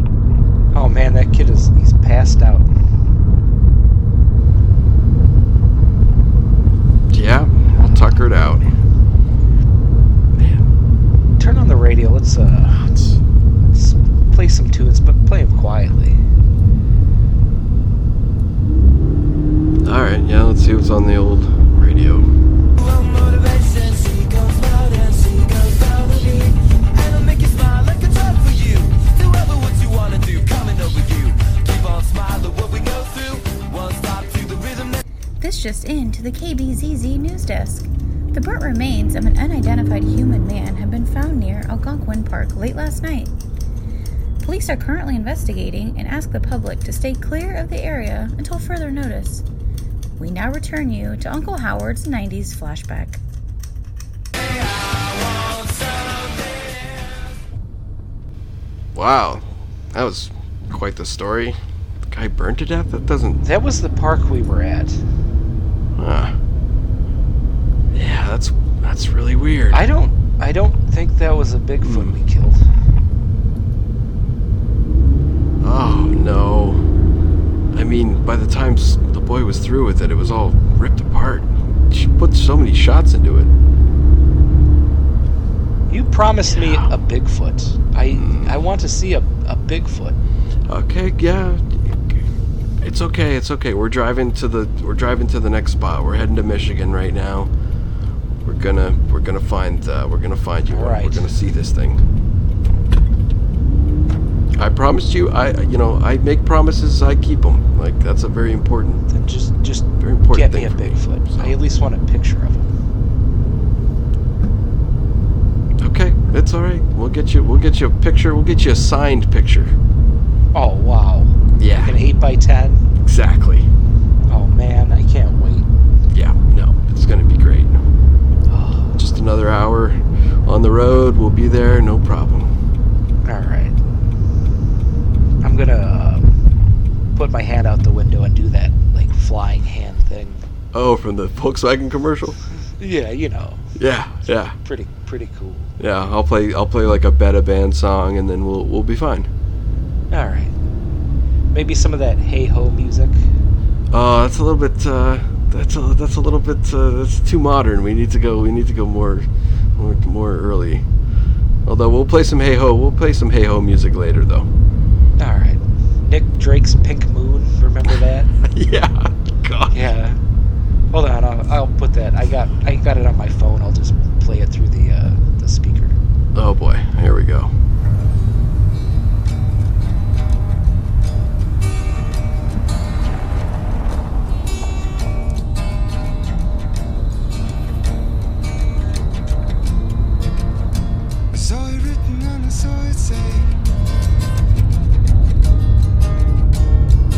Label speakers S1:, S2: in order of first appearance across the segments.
S1: Oh, uh,
S2: Let's see what's on the old radio.
S3: This just in to the KBZZ news desk. The burnt remains of an unidentified human man have been found near Algonquin Park late last night. Police are currently investigating and ask the public to stay clear of the area until further notice. We now return you to Uncle Howard's 90s flashback.
S2: Wow, that was quite the story. The guy burned to death? That doesn't.
S1: That was the park we were at.
S2: Uh, yeah, that's that's really weird.
S1: I don't. I don't think that was a Bigfoot we killed.
S2: Oh no. I mean, by the time s- the boy was through with it, it was all ripped apart. She put so many shots into it.
S1: You promised me a Bigfoot. I I want to see a, a Bigfoot.
S2: Okay, yeah. It's okay, it's okay. We're driving to the we're driving to the next spot. We're heading to Michigan right now. We're gonna we're gonna find uh, we're gonna find you.
S1: All
S2: one. We're
S1: right.
S2: gonna see this thing. I promised you. I you know I make promises. I keep them. Like that's a very important
S1: Then just just
S2: very important
S1: get
S2: thing
S1: me a
S2: for me,
S1: Bigfoot.
S2: so.
S1: I at least want a picture of him.
S2: Okay, it's all right. We'll get you. We'll get you a picture. We'll get you a signed picture.
S1: Oh wow.
S2: Yeah.
S1: Like an eight by ten.
S2: Exactly.
S1: Oh man, I can't wait.
S2: Yeah. No, it's gonna be great. Just another hour on the road. We'll be there. No problem.
S1: All right. I'm gonna uh, put my hand out the window and do that like flying hand thing.
S2: Oh, from the Volkswagen commercial.
S1: Yeah, you know,
S2: Yeah. Yeah.
S1: pretty pretty cool.
S2: Yeah. I'll play. I'll play like a Beta Band song, and then we'll we'll be fine.
S1: All right. Maybe some of that hey ho music.
S2: Uh, that's a little bit. Uh, that's a that's a little bit. Uh, that's too modern. We need to go. We need to go more, more, more early. Although we'll play some hey ho. We'll play some hey ho music later, though.
S1: All right. Nick Drake's Pink Moon. Remember that?
S2: yeah. God.
S1: yeah. Hold on. I'll, I'll put that. I got I got it on my phone. I'll just play it through the uh, the speaker.
S2: Oh boy. Here we go.
S4: I saw it written and I saw it say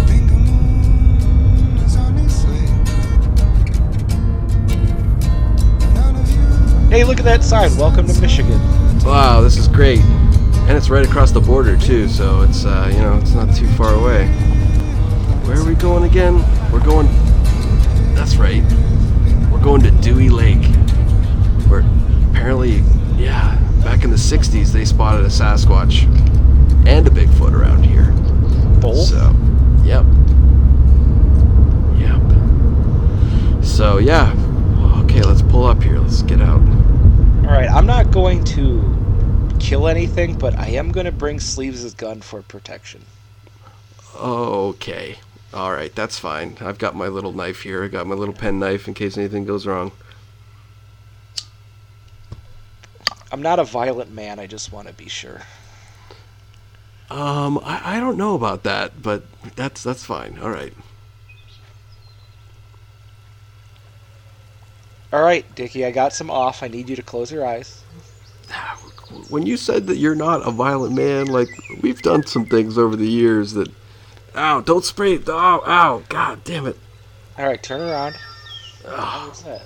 S4: Think the moon is on its way None of you
S1: Hey, look at that sign. Welcome to Michigan.
S2: Wow, this is great. And it's right across the border too, so it's uh, you know it's not too far away. Where are we going again? We're going. That's right. We're going to Dewey Lake. Where apparently, yeah, back in the '60s they spotted a Sasquatch and a Bigfoot around here.
S1: Bowl.
S2: So, yep. Yep. So yeah. Okay, let's pull up here. Let's get out.
S1: All right. I'm not going to kill anything, but I am going to bring Sleeves' gun for protection.
S2: Okay. All right, that's fine. I've got my little knife here. I got my little pen knife in case anything goes wrong.
S1: I'm not a violent man. I just want to be sure.
S2: Um, I, I don't know about that, but that's that's fine. All right.
S1: All right, Dickie. I got some off. I need you to close your eyes.
S2: When you said that you're not a violent man, like we've done some things over the years that, ow, don't spray. it. Ow, ow, god damn it.
S1: All right. Turn around. What was that?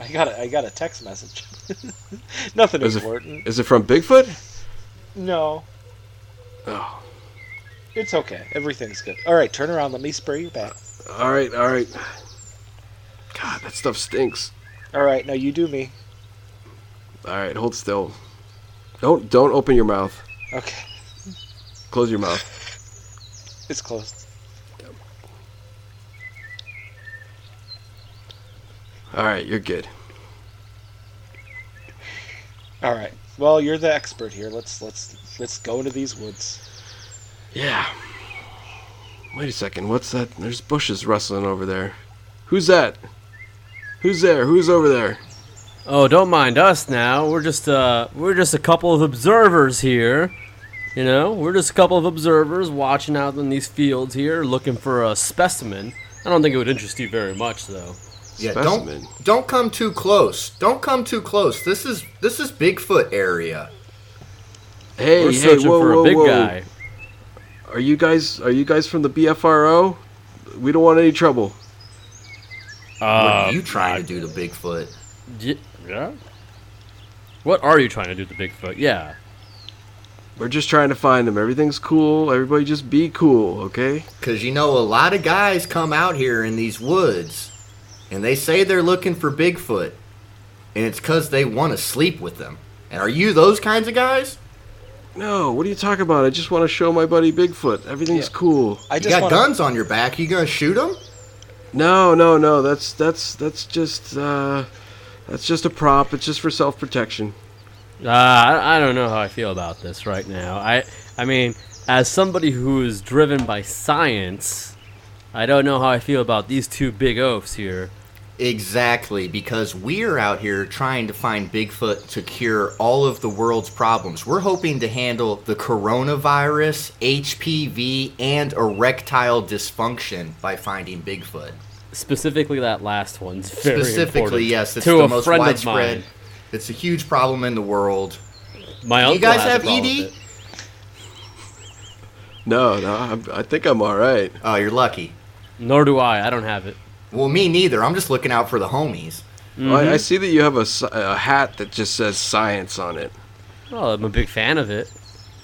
S1: I got a, I got a text message. Nothing
S2: Is it,
S1: important.
S2: is it from Bigfoot?
S1: No.
S2: Oh,
S1: It's okay. Everything's good. All right, turn around. Let me spray your back.
S2: all right, all right. God, that stuff stinks.
S1: All right, now you do me.
S2: All right, hold still. Don't don't open your mouth.
S1: Okay,
S2: Close your mouth.
S1: it's closed.
S2: All right, you're good.
S1: All right. Well, you're the expert here. Let's let's let's go into these woods.
S2: Yeah. Wait a second, what's that? There's bushes rustling over there. Who's that? Who's there? Who's over there?
S5: Oh, don't mind us now. We're just uh, we're just a couple of observers here. You know, we're just a couple of observers watching out in these fields here, looking for a specimen. I don't think it would interest you very much, though.
S6: Yeah,
S2: Specimen.
S6: don't don't come too close. Don't come too close. This is this is Bigfoot area.
S2: Hey,
S5: we're
S2: hey,
S5: searching
S2: whoa,
S5: for
S2: whoa,
S5: a big
S2: whoa.
S5: guy.
S2: Are you guys are you guys from the BFRO? We don't want any trouble.
S6: What
S5: Uh,
S6: are you trying to do to Bigfoot?
S5: y- yeah. What are you trying to do to Bigfoot? Yeah.
S2: We're just trying to find him. Everything's cool. Everybody just be cool, okay?
S6: Because you know a lot of guys come out here in these woods, and they say they're looking for Bigfoot, and it's because they want to sleep with them. And are you those kinds of guys?
S2: No, what are you talking about? I just want to show my buddy Bigfoot. Everything's cool.
S1: I
S6: You
S1: just
S6: got
S1: wanna,
S6: guns on your back. You gonna shoot them?
S2: No, no, no. That's that's that's just uh that's just a prop. It's just for self-protection.
S5: Uh, I, I don't know how I feel about this right now. I I mean, as somebody who is driven by science, I don't know how I feel about these two big oafs here.
S6: Exactly, because we're out here trying to find Bigfoot to cure all of the world's problems. We're hoping to handle the coronavirus, HPV, and erectile dysfunction by finding Bigfoot.
S5: Specifically, that last one's very
S6: Specifically,
S5: important
S6: yes, it's
S5: to
S6: the
S5: a
S6: most
S5: friend
S6: widespread.
S5: of
S6: It's a huge problem in the world.
S5: mine. My uncle
S6: you guys
S5: has a
S6: have E
S5: problem
S6: ED?
S5: with it.
S2: No, no. I'm, I think I'm all right.
S6: Oh, you're lucky.
S5: Nor do I. I don't have it.
S6: Well, me neither. I'm just looking out for the homies.
S2: I, I see that you have a, sci- a hat that just says science on it.
S5: Well, I'm a big fan of it.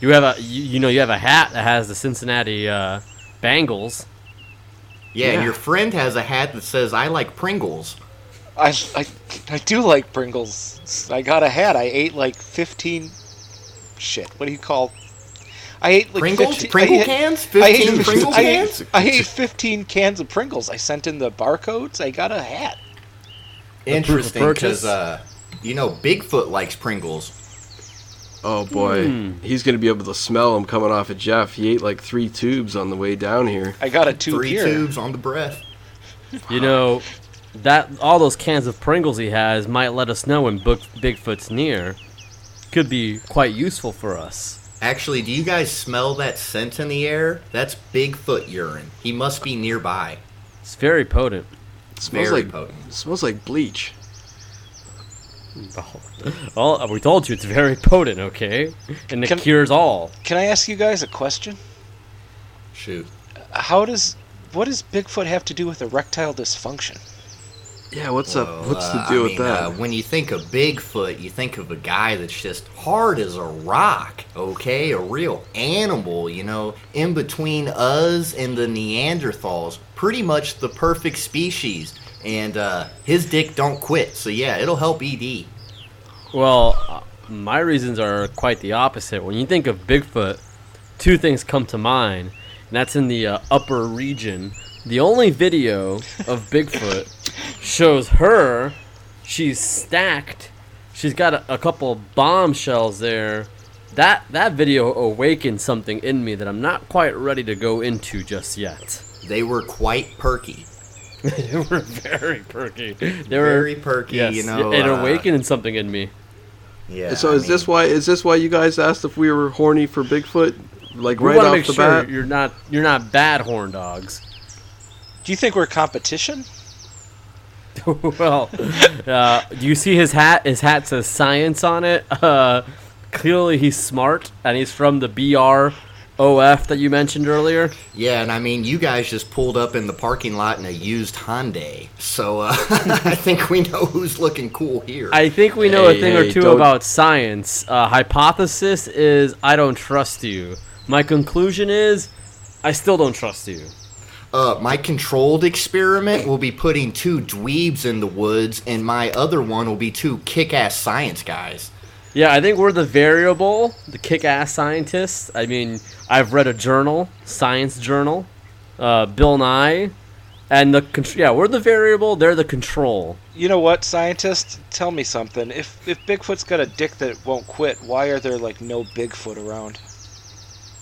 S5: You have a you, you know you have a hat that has the Cincinnati uh, Bengals.
S6: Yeah, and
S2: Yeah.
S6: your friend has a hat that says, I like Pringles.
S1: I, I, I do like Pringles. I got a hat. I ate like 15. Shit, what do you call? I ate like
S6: Pringles?
S1: 15
S6: Pringle
S1: I ate-
S6: cans?
S1: I ate
S6: 15 Pringle
S1: I ate-
S6: cans?
S1: I ate 15 cans of Pringles. I sent in the barcodes. I got a hat.
S5: proof of
S6: Interesting,
S5: purchase?
S6: because, uh, you know, Bigfoot likes Pringles.
S2: Oh boy, he's gonna be able to smell him coming off of Jeff. He ate like three tubes on the way down here.
S1: I got a two
S6: three
S1: here.
S6: tubes on the breath.
S5: You know that all those cans of Pringles he has might let us know when Book, Bigfoot's near. Could be quite useful for us.
S6: Actually, do you guys smell that scent in the air? That's Bigfoot urine. He must be nearby.
S5: It's very potent.
S2: It smells
S6: Very
S2: like
S6: potent.
S2: it smells like bleach.
S5: All we told you, it's very potent. Okay, and it
S1: Can-
S5: cures all.
S1: Can I ask you guys a question?
S6: Shoot.
S1: How does what does Bigfoot have to do with erectile dysfunction?
S2: Yeah, what's up? What's
S6: Uh,
S2: the deal
S6: I
S2: with
S6: mean,
S2: that?
S6: uh, when you think of Bigfoot, you think of a guy that's just hard as a rock, okay? A real animal, you know, in between us and the Neanderthals. Pretty much the perfect species. And uh, his dick don't quit. So yeah, it'll help E ED.
S5: Well, uh, my reasons are quite the opposite. When you think of Bigfoot, two things come to mind, and that's in the uh, upper region. The only video of Bigfoot shows her. She's stacked. She's got a, a couple bombshells there. That that video awakened something in me that I'm not quite ready to go into just yet.
S6: They were quite perky.
S5: they were very perky. They were
S6: Very perky,
S5: Yes,
S6: you know.
S5: it
S6: uh,
S5: awakened something in me.
S6: Yeah.
S2: so
S6: I
S2: is this
S6: mean-
S2: why is this why you guys asked if we were horny for Bigfoot? Like
S5: We
S2: right
S5: want
S2: off
S5: to make
S2: the
S5: sure
S2: bat?
S5: you're not you're not bad horn dogs.
S1: Do you think we're competition?
S5: well, uh, do you see his hat? His hat says science on it. Uh, clearly, he's smart, and he's from the BROF that you mentioned earlier.
S6: Yeah, and I mean, you guys just pulled up in the parking lot in a used Hyundai, so uh, I think we know who's looking cool here.
S5: I think we know
S2: Hey,
S5: a thing
S2: hey,
S5: or 2
S2: don't-
S5: about science. Uh, hypothesis is I don't trust you. My conclusion is I still don't trust you.
S6: uh, my controlled experiment will be putting two dweebs in the woods, and my other one will be two kick-ass science guys.
S5: Yeah, I think we're the variable, the kick-ass scientists. I mean, I've read a journal, science journal, uh, Bill Nye, and the con- yeah, we're the variable. They're the control.
S1: You know what, scientists? Tell me something. If if Bigfoot's got a dick that won't quit, why are there like no Bigfoot around?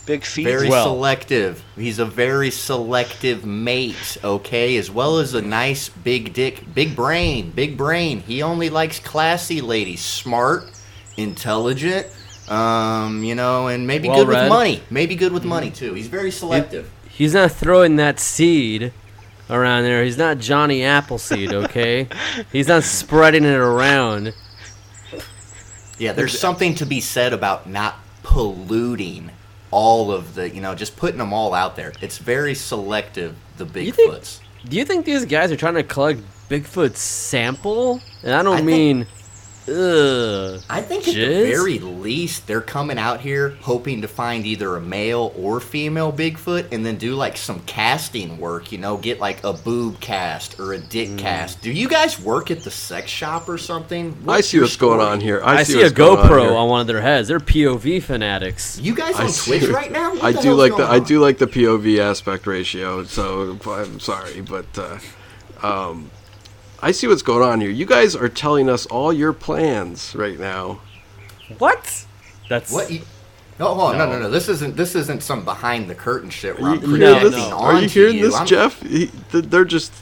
S1: Big feet.
S6: Very
S5: Well.
S6: selective. He's a very selective mate, okay? As well as a nice big dick, big brain, big brain. He only likes classy ladies, smart, intelligent, um, you know, and maybe good
S5: Well-read. Mm-hmm.
S6: with money. Maybe good with money too. He's very selective.
S5: He's not throwing that seed around there. He's not Johnny Appleseed, okay? He's not spreading it around.
S6: Yeah, there's something to be said about not polluting all of the, you know, just putting them all out there. It's very selective, the
S5: You think-
S6: Bigfoots.
S5: Do you think these guys are trying to collect Bigfoot's sample? And I don't
S6: I
S5: mean, ugh.
S6: I think at the
S5: Jizz?
S6: very least they're coming out here hoping to find either a male or female Bigfoot and then do like some casting work, you know, get like a boob cast or a
S2: Hmm.
S6: dick cast. Do you guys work at the sex shop or something?
S2: I see
S6: your
S2: what's going
S6: story?
S2: on here.
S5: I,
S2: I,
S5: see, a
S2: what's going on
S5: GoPro
S2: here.
S5: on, one of their heads. They're POV fanatics.
S6: You guys
S2: I
S6: on
S2: see-
S6: Twitch right now? What
S2: I
S6: the
S2: do
S6: hell's
S2: like the
S6: going
S2: I
S6: on?
S2: do like the POV aspect ratio. So I'm sorry, but uh, um, I see what's going on here. You guys are telling us all your plans right now.
S5: What? That's
S6: What? You, no, hold on, no,
S5: No.
S6: no, no, This isn't this isn't some behind the curtain shit. Where
S2: Are
S6: I'm
S2: you, hearing
S6: projecting
S2: this?
S5: no.
S2: Are you
S6: onto
S2: hearing this,
S6: I'm-
S2: Jeff? He, th- they're just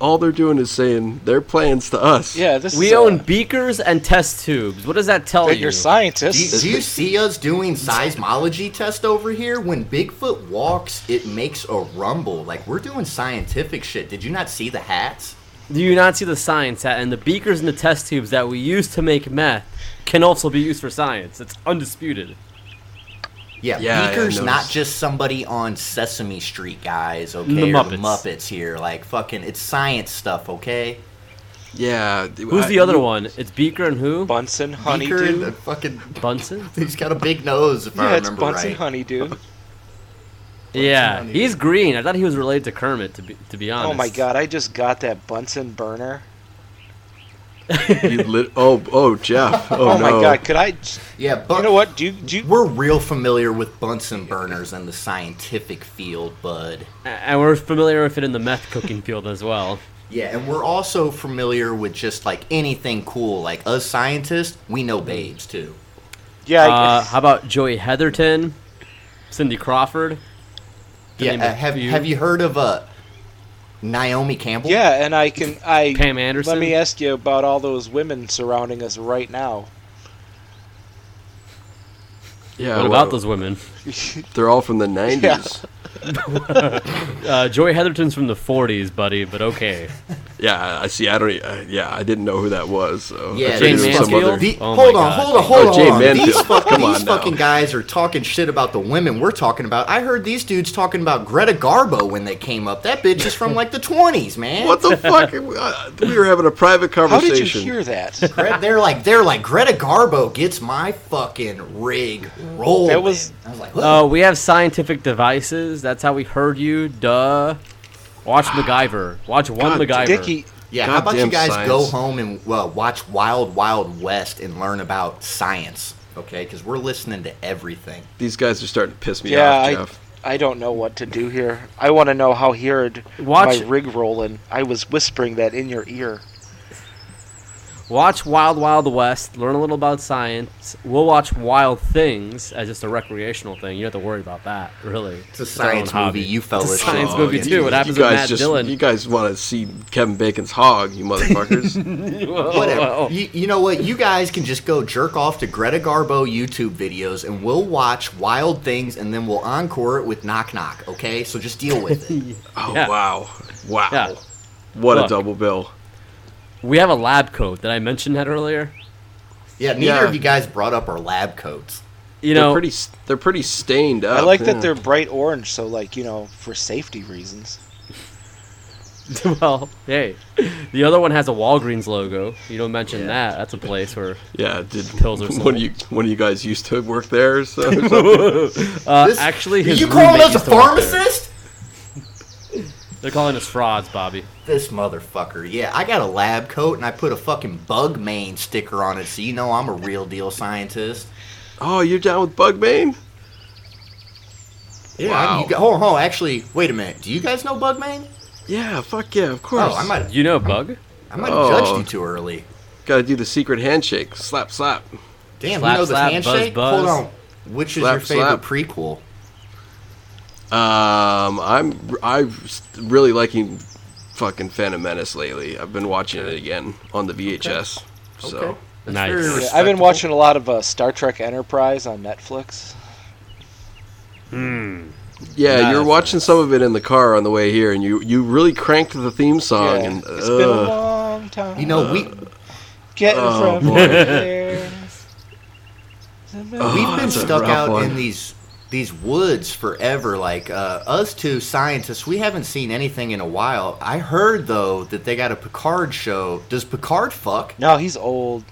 S2: all they're doing is saying their plans to us.
S1: Yeah, this is
S5: we
S1: uh,
S5: own beakers and test tubes. What does that tell
S1: but
S5: you?
S1: you're scientists.
S6: Do, do you see us doing seismology test over here? When Bigfoot walks, it makes a rumble. Like we're doing scientific shit. Did you not see the hats?
S5: Do you not see the science that and the beakers and the test tubes that we use to make meth can also be used for science? It's undisputed.
S2: Yeah,
S6: Yeah,
S2: yeah, I
S6: Beaker's not
S2: noticed.
S6: just somebody on Sesame Street, guys. Okay,
S5: The
S6: Or
S5: Muppets.
S6: Muppets here. Like fucking, it's science stuff. Okay,
S2: yeah.
S5: Who's
S2: I-
S5: the other
S2: you-
S5: one? It's Beaker and who?
S1: Bunsen
S6: Beaker, the
S1: honeydew.
S6: fucking.
S5: Bunsen?
S6: He's got a big nose, if I
S1: Yeah, it's
S6: remember
S1: Bunsen
S6: right.
S1: honeydew.
S5: Yeah,
S6: Bunsen.
S5: he's green. I thought he was related to Kermit. To be to be
S1: Oh
S5: honest.
S1: my god, I just got that Bunsen burner.
S2: you lit- oh, oh, Jeff. Oh,
S1: Oh, my
S2: no.
S1: god, could I? j-
S6: Yeah, but
S1: You know what? Do you, do you,
S6: We're real familiar with Bunsen burners in the scientific field, bud.
S5: A- And we're familiar with it in the meth cooking field as well.
S6: Yeah, and we're also familiar with just like anything cool. Like us scientists, we know babes too.
S1: yeah,
S5: Uh,
S1: I
S5: how about Joey Heatherton, Cindy Crawford? To name
S6: yeah,
S5: a
S6: uh, have
S5: few.
S6: have you heard of uh, Naomi Campbell?
S1: yeah, and I can I.
S5: Pam Anderson?
S1: Let me ask you about all those women surrounding us right now.
S2: Yeah.
S5: What
S2: Oh, well,
S5: about those women?
S2: They're all from the '90s.
S5: Uh, Joey Heatherton's from the '40s, buddy. But okay.
S2: Yeah, I see. I don't. e- I, yeah, I didn't know who that was. So
S6: Yeah,
S2: I figured
S5: Jane
S2: it was some
S5: Mansfield?
S2: other.
S6: The-
S5: Oh my
S6: hold on,
S5: God.
S6: hold on, hold
S2: Oh,
S6: on.
S2: Jane
S6: hold on. These,
S2: Manfield.
S6: fuck,
S2: Come
S6: these
S2: on now.
S6: fucking guys are talking shit about the women we're talking about. I heard these dudes talking about Greta Garbo when they came up. That bitch is from like the 20s, man.
S2: What the fuck? Uh, We were having a private
S1: How
S2: conversation.
S1: did you hear that?
S6: Gre- they're like they're like Greta Garbo gets my fucking rig rolling.
S1: That was-
S6: I was like,
S5: Uh, we have scientific devices. That's how we heard you. Duh.
S6: Ah.
S5: Watch MacGyver. Watch one
S2: God,
S5: MacGyver.
S1: Dickie,
S6: yeah. How about you
S2: goddamn
S6: guys
S2: science.
S6: go home and uh, watch Wild Wild West and learn about science, okay? Because we're listening to everything.
S2: These guys are starting to piss me
S1: yeah,
S2: off,
S1: I,
S2: Jeff.
S1: I don't know what to do here. I want to know how he heard
S5: Watch-
S1: my rig rolling. I was whispering that in your ear.
S5: Watch Wild Wild West. Learn a little about science. We'll watch Wild Things as just a recreational thing. You don't have to worry about that, really.
S6: It's a science
S5: own hobby.
S6: movie. You fellas.
S5: It's a science
S6: should
S5: movie
S6: know.
S5: too. What happens
S2: Oh, you
S5: with
S2: guys
S5: Matt
S2: just
S5: Dillon?
S2: you guys want to see Kevin Bacon's hog, you motherfuckers.
S5: Oh,
S6: Whatever. You, you know what? You guys can just go jerk off to Greta Garbo YouTube videos, and we'll watch Wild Things, and then we'll encore it with Knock Knock. Okay, so just deal with it.
S2: oh
S5: Yeah.
S2: wow, wow,
S5: Yeah.
S2: what a
S5: Look.
S2: double bill.
S5: We have a lab coat. Did I mention that earlier?
S6: yeah. Neither
S2: Yeah.
S6: of you guys brought up our lab coats.
S5: You
S2: they're
S5: know,
S2: pretty. s- They're pretty stained up.
S1: I like
S2: yeah.
S1: that they're bright orange, so like you know, for safety reasons.
S5: well, hey, the other one has a Walgreens logo. You don't mention
S6: Yeah.
S5: that. That's a place where
S2: Yeah, did
S5: pills are
S2: one
S5: sold.
S2: of you one of you guys used to work there? or so- or something?
S5: uh,
S6: This-
S5: actually his
S6: you calling
S5: roommate
S6: us a
S5: used to work there.
S6: pharmacist?
S5: They're calling us frauds, Bobby.
S6: This motherfucker. Yeah, I got a lab coat and I put a fucking bug main sticker on it, so you know I'm a real deal scientist.
S2: oh, you're down with Bugbane?
S6: Yeah.
S2: Wow.
S6: You, got- hold on, hold on. Actually, wait a minute. Do you guys know bug main?
S2: Yeah, fuck yeah, of course.
S6: Oh, I might,
S5: You know, Bug.
S6: I might
S2: Oh.
S6: have judged you too early.
S2: Gotta do the secret handshake. Slap, slap.
S6: Damn,
S5: Slap,
S6: you know the
S5: slap, buzz,
S6: handshake?
S5: buzz.
S6: Hold on. Which is
S2: Slap,
S6: your favorite
S2: slap.
S6: prequel?
S2: Um, I'm I really liking fucking Phantom Menace lately. I've been watching it again on the VHS. So
S6: Okay. That's
S5: Nice.
S6: very
S5: Yeah,
S1: Yeah, I've
S5: I've
S1: been
S6: respectable.
S1: watching a lot of uh, Star Trek Enterprise on Netflix.
S2: yeah,
S5: Nice.
S2: you're watching some of it in the car on the way here, and you you really cranked the theme
S1: yeah,
S2: song. Oh, and
S1: it's been a
S2: ugh.
S1: long time.
S6: You know, we
S2: Uh,
S1: getting
S2: Oh,
S1: from
S2: boy.
S1: there.
S2: Oh,
S6: We've been
S2: that's a
S6: stuck
S2: rough
S6: out
S2: one.
S6: in these these woods forever. Like uh, us two scientists, we haven't seen anything in a while. I heard though that they got a Picard show. Does Picard fuck?
S1: No, he's old.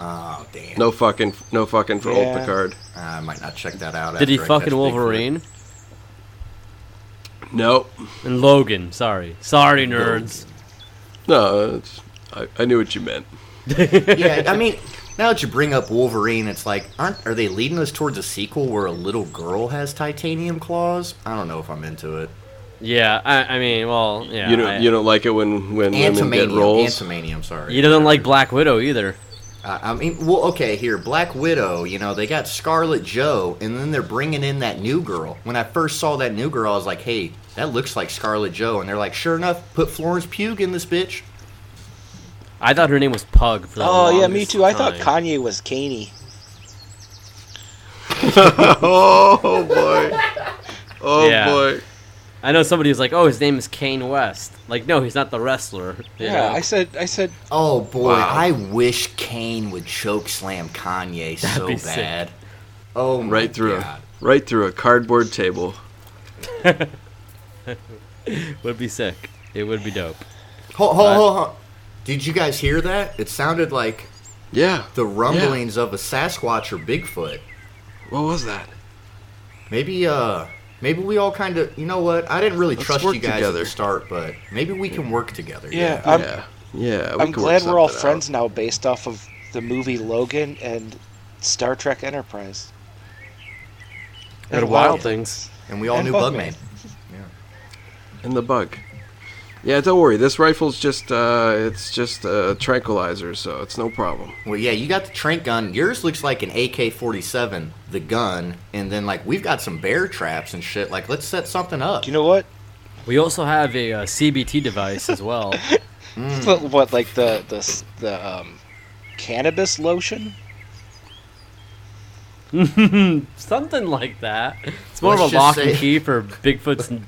S6: Oh damn!
S2: No fucking, no fucking for old
S1: Yeah.
S2: Picard.
S6: I might not check that out.
S5: Did he
S6: after I catch
S5: fucking Wolverine?
S2: No,
S5: And Logan, sorry. Sorry, nerds.
S2: no, it's, I, I knew what you meant.
S6: Bigfoot. yeah, I mean, now that you bring up Wolverine, it's like, aren't are they leading us towards a sequel where a little girl has titanium claws? I don't know if I'm into it.
S5: Yeah, I, I mean, well, yeah.
S2: you don't,
S5: I-
S2: you don't like it when when women get
S6: Antimanium,
S2: roles.
S6: Antimanium, sorry. Uh,
S5: he doesn't like Black Widow either.
S6: I I mean, well, okay, here, Black Widow, you know, they got Scarlet Joe, and then they're bringing in that new girl. When I first saw that new girl, I was like, hey, that looks like Scarlet Joe. And they're like, sure enough, put Florence Pugh in this bitch.
S5: I thought her name was Pug. For the
S1: Oh yeah, me
S5: longest
S1: too. I thought
S5: time.
S1: Kanye was Caney.
S2: oh boy, oh
S5: Yeah.
S2: boy.
S5: I know somebody was like, "Oh, his name is Kane West." Like, no, he's not the wrestler. you
S1: Yeah,
S5: know?
S1: I said. I said.
S6: Oh, boy,
S2: Wow.
S6: I wish Kane would choke slam Kanye so
S5: be sick.
S6: bad. Oh, my
S2: Right through, a,
S6: God.
S2: right through a cardboard table.
S5: would be sick. It would be dope.
S6: Ho, ho, ho, ho. Did you guys hear that? It sounded like
S2: Yeah.
S6: the rumblings of a Sasquatch or Bigfoot.
S2: What was that?
S6: Maybe uh maybe we all kind of you know what? I didn't really
S2: Let's
S6: trust
S2: work
S6: you guys at
S2: together.
S6: the start, but maybe we can work together.
S1: Yeah, I'm,
S2: yeah. Yeah. we
S1: I'm
S2: can
S1: glad
S2: work
S1: we're all
S2: something out.
S1: friends now, based off of the movie Logan and Star Trek Enterprise.
S5: And Wild Things.
S6: And we all
S1: And
S6: knew
S1: Bugman.
S6: Bugman.
S2: And the bug. Yeah, don't worry. This rifle's just uh, it's just a tranquilizer, so it's no problem.
S6: Well, yeah, you got the trank gun. Yours looks like an AK-47, the gun, and then like we've got some bear traps and shit. Like let's set something up.
S1: You know what?
S5: We also have a uh, CBT device as well.
S1: What-
S5: Mm.
S1: What like the the s- the um, cannabis lotion?
S5: Something like that. It's more of
S6: Let's
S5: a lock
S6: just
S5: and
S6: say-
S5: key for Bigfoot's en-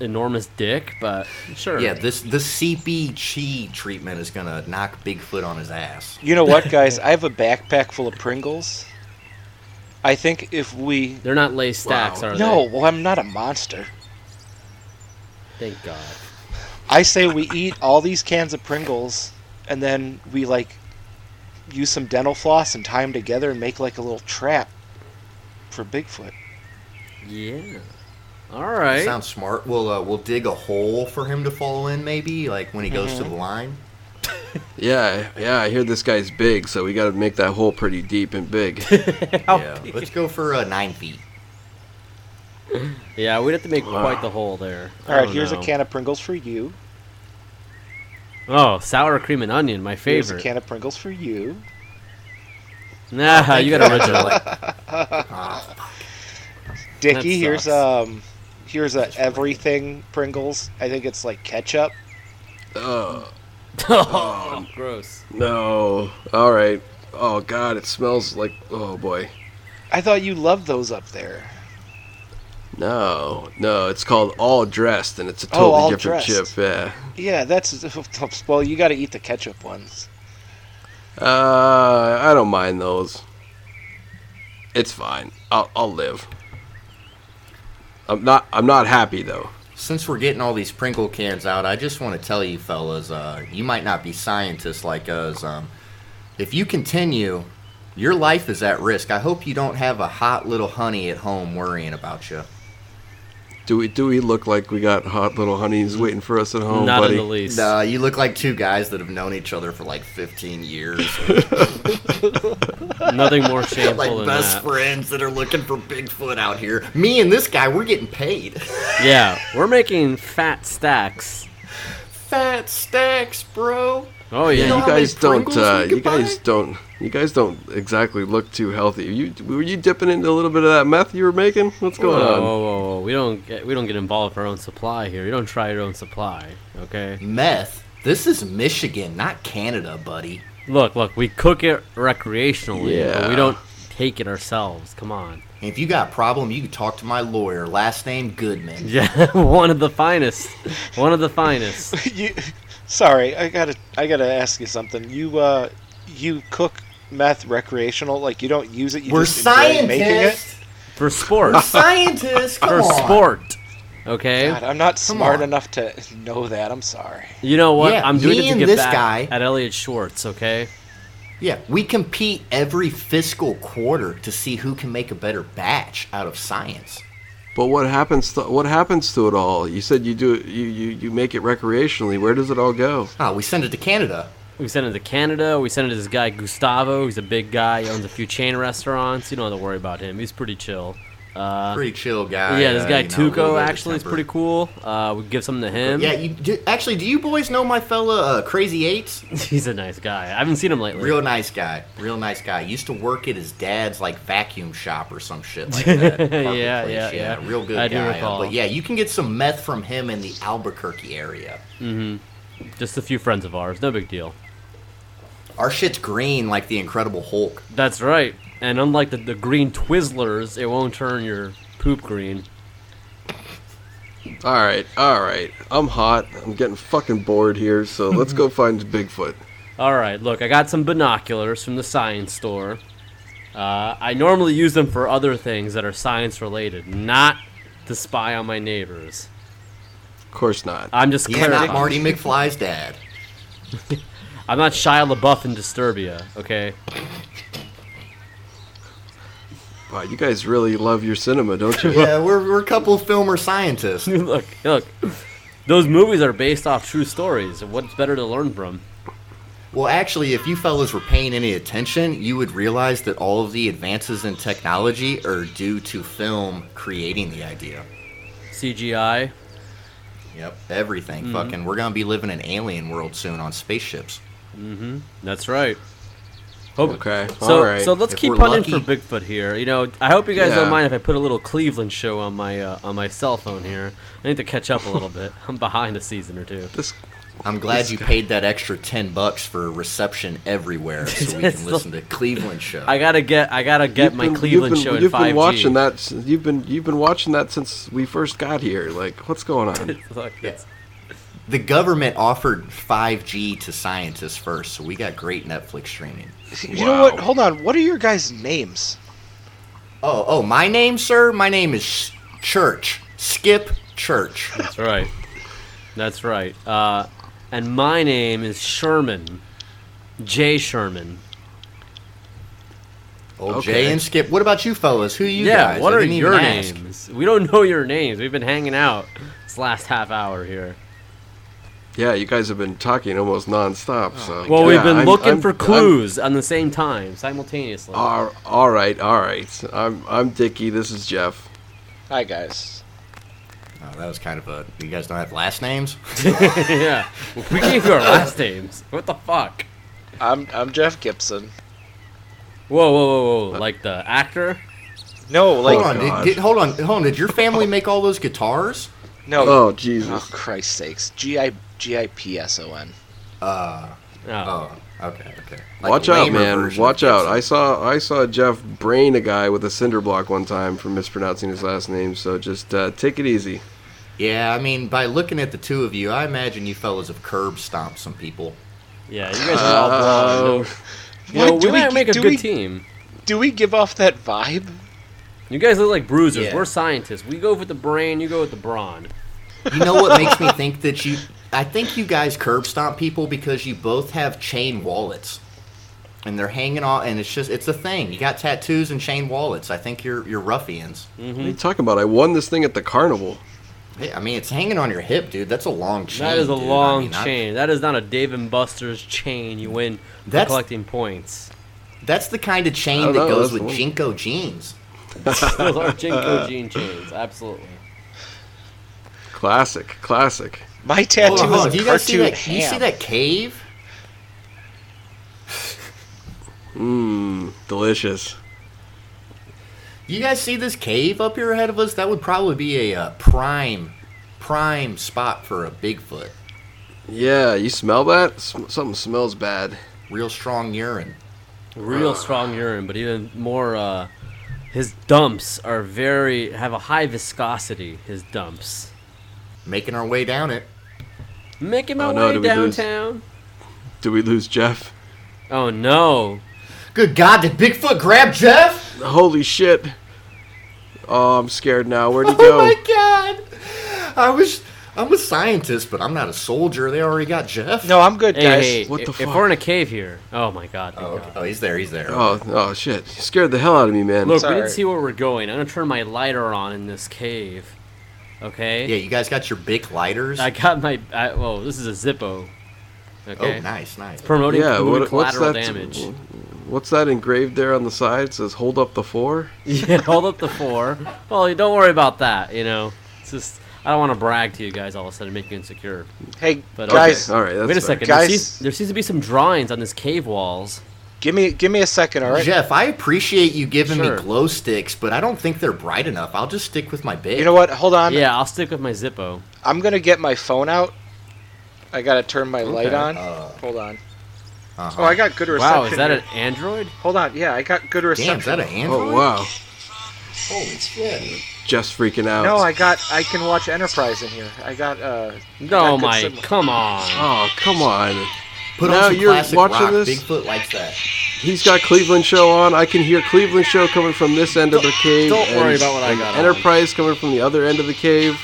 S5: enormous dick, but sure.
S6: yeah, this the CPG treatment is gonna knock Bigfoot on his ass.
S1: You know what, guys? I have a backpack full of Pringles. I think if we
S5: They're not lay stacks,
S2: Wow.
S5: are
S1: no, well, I'm not a monster.
S5: they? Thank God.
S1: I say we eat all these cans of Pringles, and then we like use some dental floss and tie them together and make like a little trap for Bigfoot.
S5: Yeah. All right.
S6: Sounds smart. We'll uh, we'll dig a hole for him to fall in, maybe like when he goes
S1: Mm-hmm.
S6: to the line.
S2: Yeah, yeah. I hear this guy's big, so we got to make that hole pretty deep and big.
S1: Oh.
S6: Yeah, let's go for uh, nine feet.
S5: yeah, we'd have to make quite the hole there. I
S1: All right,
S5: don't
S1: here's
S5: know.
S1: a can of Pringles for you.
S5: Oh, sour cream and onion, my
S1: Here's a
S5: favorite.
S1: can of Pringles for you.
S5: Nah, you got original.
S1: Dickie, here's
S5: sucks.
S1: um, here's a everything Pringles. I think it's like ketchup.
S2: oh
S5: oh, gross.
S2: no! All right. Oh God, it smells like oh boy.
S1: I thought you loved those up there.
S2: No, no. It's called all dressed, and it's a totally
S1: Oh, All
S2: different
S1: Dressed.
S2: chip. Yeah.
S1: Yeah, that's well. You got to eat the ketchup ones.
S2: Uh, I don't mind those. It's fine. I'll I'll live. I'm not I'm not happy though.
S6: Since we're getting all these Pringle cans out, I just want to tell you fellas, uh, you might not be scientists like us. Um, if you continue, your life is at risk. I hope you don't have a hot little honey at home worrying about you.
S2: Do we do we look like we got hot little honeys waiting for us at home,
S5: Not
S2: Oh, buddy?
S5: in the least.
S6: Nah, you look like two guys that have known each other for like 15 years.
S5: Nothing more shameful
S6: like
S5: than
S6: best
S5: that.
S6: friends that are looking for Bigfoot out here. Me and this guy, we're getting paid.
S5: Yeah, we're making fat stacks.
S6: Fat stacks, bro.
S5: Oh
S2: Yeah,
S5: yeah.
S6: know
S2: you
S6: how many
S2: guys don't.
S6: Pringles
S2: Uh,
S6: we could
S2: you guys
S6: buy?
S2: don't. You guys don't exactly look too healthy. You were you dipping into a little bit of that meth you were making? What's
S5: whoa,
S2: going on?
S5: whoa, whoa, whoa. We don't get we don't get involved with our own supply here. You don't try your own supply, okay?
S6: Meth. This is Michigan, not Canada, buddy.
S5: Look, look, we cook it recreationally, but
S2: Yeah.
S5: we don't take it ourselves. Come on.
S6: If you got a problem, you can talk to my lawyer. Last name Goodman.
S5: Yeah, one of the finest. One of the finest.
S1: you, sorry, I gotta, I gotta ask you something. You, uh, you cook meth recreational? Like you don't use it? You
S6: We're
S1: just enjoy making it?
S6: scientists.
S5: For sport.
S6: We're scientists. Come
S5: For
S6: on.
S5: sport. Okay?
S1: God, I'm not
S6: Come
S1: smart
S6: on.
S1: enough to know that. I'm sorry.
S5: You know what?
S6: Yeah,
S5: I'm doing
S6: me
S5: it to
S6: and
S5: get
S6: this
S5: back
S6: guy-
S5: at Elliot Schwartz, okay?
S6: Yeah, we compete every fiscal quarter to see who can make a better batch out of science.
S2: But what happens? To, what happens to it all? You said you do. it- You, you you make it recreationally. Where does it all go?
S6: Ah, we send it to Canada.
S5: We sent it to Canada. We sent it to this guy Gustavo. He's a big guy. He owns a few chain restaurants. You don't have to worry about him. He's pretty chill. Uh,
S6: Pretty chill guy.
S5: yeah, this
S6: uh,
S5: guy
S6: you know, a little
S5: Tuco
S6: bit of
S5: actually is
S6: temper.
S5: pretty cool. Uh, we give something to him.
S6: Yeah, you do, actually, do you boys know my fella uh, Crazy Eights?
S5: he's a nice guy. I haven't seen him lately.
S6: Real nice guy. Real nice guy. Used to work at his dad's like vacuum shop or some shit like that. Carpet
S5: Yeah,
S6: place,
S5: yeah, yeah.
S6: Real good
S5: I do
S6: guy.
S5: recall.
S6: But yeah, you can get some meth from him in the Albuquerque area.
S5: Just a few friends of ours. No big deal.
S6: Our shit's green like the Incredible Hulk.
S5: That's right. And unlike the, the green Twizzlers, it won't turn your poop green.
S2: All right, all right. I'm hot. I'm getting fucking bored here. So let's go find Bigfoot.
S5: All right, look, I got some binoculars from the science store. Uh, I normally use them for other things that are science related, not to spy on my neighbors.
S2: Of course not.
S5: I'm just
S6: Yeah, not
S5: clarifying.
S6: Marty McFly's dad.
S5: I'm not Shia LaBeouf in Disturbia, okay?
S2: Wow, you guys really love your cinema, don't you?
S6: Yeah, we're, we're a couple filmer scientists.
S5: look, look. Those movies are based off true stories. What's better to learn from?
S6: Well, actually, if you fellas were paying any attention, you would realize that all of the advances in technology are due to film creating the idea.
S5: CGI.
S6: Yep, everything.
S5: Mm-hmm.
S6: Fucking, we're gonna be living in alien world soon on spaceships.
S5: That's right. Hope,
S2: Okay,
S5: So,
S2: all right.
S5: so let's
S6: If
S5: keep
S6: we're
S5: hunting for
S6: lucky.
S5: Bigfoot here. You know, I hope you guys don't
S2: Yeah.
S5: mind if I put a little Cleveland show on my uh, on my cell phone here. I need to catch up a little bit. I'm behind a season or two.
S2: This
S6: I'm glad you paid that extra ten bucks for reception everywhere, so we
S5: It's
S6: can listen to Cleveland show.
S5: I gotta get I gotta get
S2: you've
S5: my
S2: been-
S5: Cleveland
S2: you've been,
S5: show in
S2: You've
S5: five G.
S2: been watching that. s- You've been you've been watching that since we first got here. Like, what's going on?
S6: the government offered 5G to scientists first, so we got great Netflix streaming.
S1: You know what?
S2: Wow.
S1: Hold on. What are your guys' names?
S6: Oh, oh, my name, sir. My name is Church Skip Church.
S5: That's right. That's right. Uh, and my name is Sherman, Jay Sherman.
S6: Old
S2: Okay.
S6: Jay and Skip. What about you fellas? Who you
S5: yeah,
S6: guys? I
S5: what are
S6: didn't even
S5: your
S6: ask.
S5: names? We don't know your names. We've been hanging out this last half hour here.
S2: Yeah, you guys have been talking almost nonstop. so
S5: Oh Well,
S2: Yeah,
S5: we've been
S2: Oh I'm-
S5: looking
S2: I'm-
S5: for
S2: I'm- Oh,
S5: clues on the same time, simultaneously.
S2: Ar- all right, all right. I'm I'm Dickie. This is Jeff.
S1: Hi, guys.
S6: Oh, that was kind of a. You guys don't have last names?
S5: yeah, we gave you our last names. What the fuck?
S1: I'm I'm Jeff Gibson.
S5: Whoa, whoa, whoa, whoa! Like the actor?
S1: No, like
S6: hold on.
S2: Oh, God.
S6: Did, did, hold on. Hold on. Did your family make all those guitars?
S1: no.
S2: Oh
S1: Oh,
S2: Jesus!
S1: Christ's sakes. G I G I P S O N.
S6: Uh.
S5: Oh,
S6: Oh. Okay. Okay. Like
S2: Watch
S6: a
S2: out,
S6: lamer
S2: man!
S6: version
S2: Watch
S6: of
S2: out!
S6: Gibson.
S2: I saw I saw Jeff brain a guy with a cinder block one time for mispronouncing his last name. So just uh, take it easy.
S6: Yeah, I mean, by looking at the two of you, I imagine you fellas have curb stomped some people.
S5: yeah. You guys are all
S2: Oh.
S6: Uh,
S5: blonde. Well,
S1: do
S5: we might
S1: we-
S5: make a
S1: do
S5: good
S1: we-
S5: team.
S1: Do we give off that vibe?
S5: You guys look like bruisers.
S6: Yeah.
S5: We're scientists. We go with the brain. You go with the brawn.
S6: You know what makes me think that you? I think you guys curb stomp people because you both have chain wallets, and they're hanging on, and it's just it's a thing. You got tattoos and chain wallets. I think you're you're ruffians.
S2: What are you talking about? I won this thing at the carnival.
S6: Hey, I mean, it's hanging on your hip, dude. That's a long chain.
S5: That is a
S6: dude. I
S5: long
S6: mean, I-
S5: chain. That is not a Dave and Buster's chain. You win for
S6: That's-
S5: collecting points.
S6: that's the kind of
S2: I
S6: chain
S2: don't
S6: that
S2: know,
S6: goes
S2: that's
S6: with
S2: the one.
S6: Jinko jeans.
S5: Those are Jinko Jean chains. Absolutely.
S2: Classic, classic.
S1: My
S6: Hold
S1: tattoo
S6: on, hold on.
S1: is a
S6: Do you
S1: cartoon
S2: Oh,
S6: guys see that?
S1: ham.
S6: You see that cave?
S2: Mmm, delicious.
S6: You guys see this cave up here ahead of us? That would probably be a uh, prime, prime spot for a Bigfoot.
S2: Yeah, you smell that? Sm- something smells bad.
S6: Real strong urine.
S5: real strong urine, but even more. Uh, his dumps are very have a high viscosity. His dumps.
S6: Making our way down it.
S5: Making my
S2: Oh, no,
S5: way
S2: did we lose?
S5: downtown.
S2: Did we lose Jeff?
S5: Oh no!
S6: Good God, did Bigfoot grab Jeff?
S2: Holy shit. Oh, I'm scared now. Where'd he go?
S6: Oh my God! I was, I'm a scientist, but I'm not a soldier. They already got Jeff.
S1: No, I'm good,
S5: Hey,
S1: guys.
S5: hey,
S2: what
S5: i-
S2: the
S5: if
S2: fuck?
S5: we're in a cave here, oh my god! thank
S6: Oh, okay.
S5: God.
S6: oh, he's there. He's there.
S2: Oh, oh shit. You scared the hell out of me, man.
S5: Look,
S1: Sorry.
S5: we didn't see where we're going. I'm gonna turn my lighter on in this cave. Okay.
S6: Yeah, you guys got your big lighters.
S5: I got my. I, well, this is a Zippo. Okay.
S6: Oh, nice, nice.
S5: Promoting
S2: yeah,
S5: fluid
S2: what, what's
S5: collateral
S2: that?
S5: damage.
S2: What's that engraved there on the side? It says hold up the four?
S5: yeah, hold up the four. Well, you don't worry about that. You know, it's just I don't want to brag to you guys all of a sudden, make you insecure.
S1: Hey,
S5: But,
S1: guys,
S2: okay. all right, that's
S5: Wait a
S2: fine.
S5: second. There,
S1: Guys-
S5: seems, there seems to be some drawings on this cave walls.
S1: give me give me a second, all right?
S6: Jeff, I appreciate you giving
S5: Sure.
S6: me glow sticks, but I don't think they're bright enough. I'll just stick with my big.
S1: You know what? Hold on.
S5: Yeah, I'll stick with my Zippo.
S1: I'm gonna get my phone out. I gotta turn my light
S5: Okay,
S1: on.
S6: uh,
S1: Hold on.
S6: Uh-huh.
S1: Oh, I got good reception.
S5: Wow, is that an Android?
S1: Hold on. Yeah, I got good
S6: Damn,
S1: reception.
S6: is that an Android?
S2: Oh, wow.
S6: Holy shit.
S2: Jeff's freaking out.
S1: No, I got. I can watch Enterprise in here. I got. uh
S5: No,
S1: good
S5: Mike,
S1: signal.
S5: come on.
S2: Oh, come on.
S6: Put
S2: Now
S6: on some
S2: you're
S6: classic
S2: watching
S6: rock.
S2: this?
S6: Bigfoot likes that.
S2: He's got Cleveland Show on. I can hear Cleveland Show coming from this end of the cave.
S5: don't worry
S2: and-
S5: about what I
S2: and
S5: got on.
S2: Enterprise coming from the other end of the cave.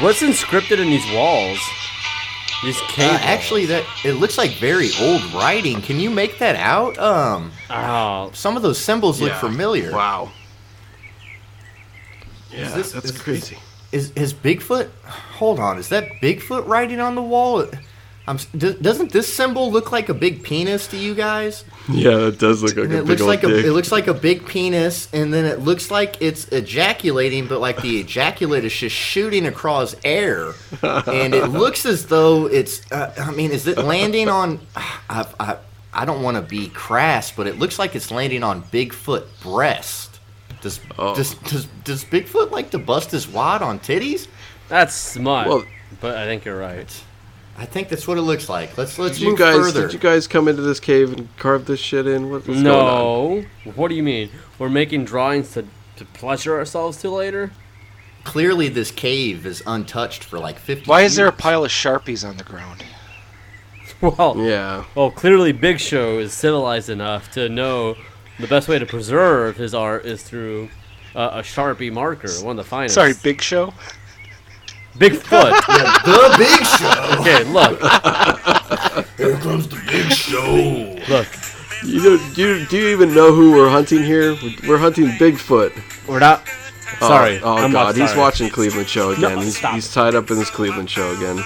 S5: What's inscripted in these walls? These cave.
S6: Uh,
S5: walls.
S6: actually, that it looks like very old writing. Can you make that out? Um,
S5: Oh,
S6: some of those symbols look
S2: Yeah.
S6: familiar.
S2: Wow. Yeah,
S6: this-
S2: that's
S6: is-
S2: crazy.
S6: Is is Bigfoot? Hold on, is that Bigfoot writing on the wall? I'm, s- do, doesn't this symbol look like a big penis to you guys?
S2: yeah, it does look like
S6: And
S2: a
S6: it
S2: big
S6: looks
S2: old
S6: like
S2: dick.
S6: a it looks like a big penis, and then it looks like it's ejaculating, but like the ejaculate is just shooting across air, and it looks as though it's. Uh, I mean, is it landing on? I I, I don't want to be crass, but it looks like it's landing on Bigfoot breast. Does,
S2: Oh.
S6: does does does Bigfoot like to bust his wad on titties?
S5: that's smart.
S2: Well-
S5: but I think you're right.
S6: I think that's what it looks like. Let's let's
S2: did you
S6: move
S2: guys
S6: further.
S2: did you guys come into this cave and carve this shit in? What, what's going on?
S5: no. What do you mean? We're making drawings to, to pleasure ourselves to later?
S6: Clearly, this cave is untouched for like fifty.
S1: Why is there a
S6: years.
S1: pile of sharpies on the ground?
S5: Well,
S2: Yeah.
S5: well, clearly Big Show is civilized enough to know the best way to preserve his art is through uh, a Sharpie marker, one of the finest.
S1: Sorry, Big Show.
S5: Bigfoot.
S6: the big show?
S5: okay, look,
S6: Here comes the big show.
S5: look.
S2: You do, you do you even know who we're hunting here? We're- We're hunting Bigfoot.
S5: We're not.
S2: Oh,
S5: Sorry.
S2: Oh,
S5: I'm
S2: god,
S5: not
S2: he's
S5: sorry.
S2: watching Cleveland Show again.
S5: No,
S2: he's,
S5: stop
S2: he's
S5: it.
S2: tied up in his Cleveland Show again.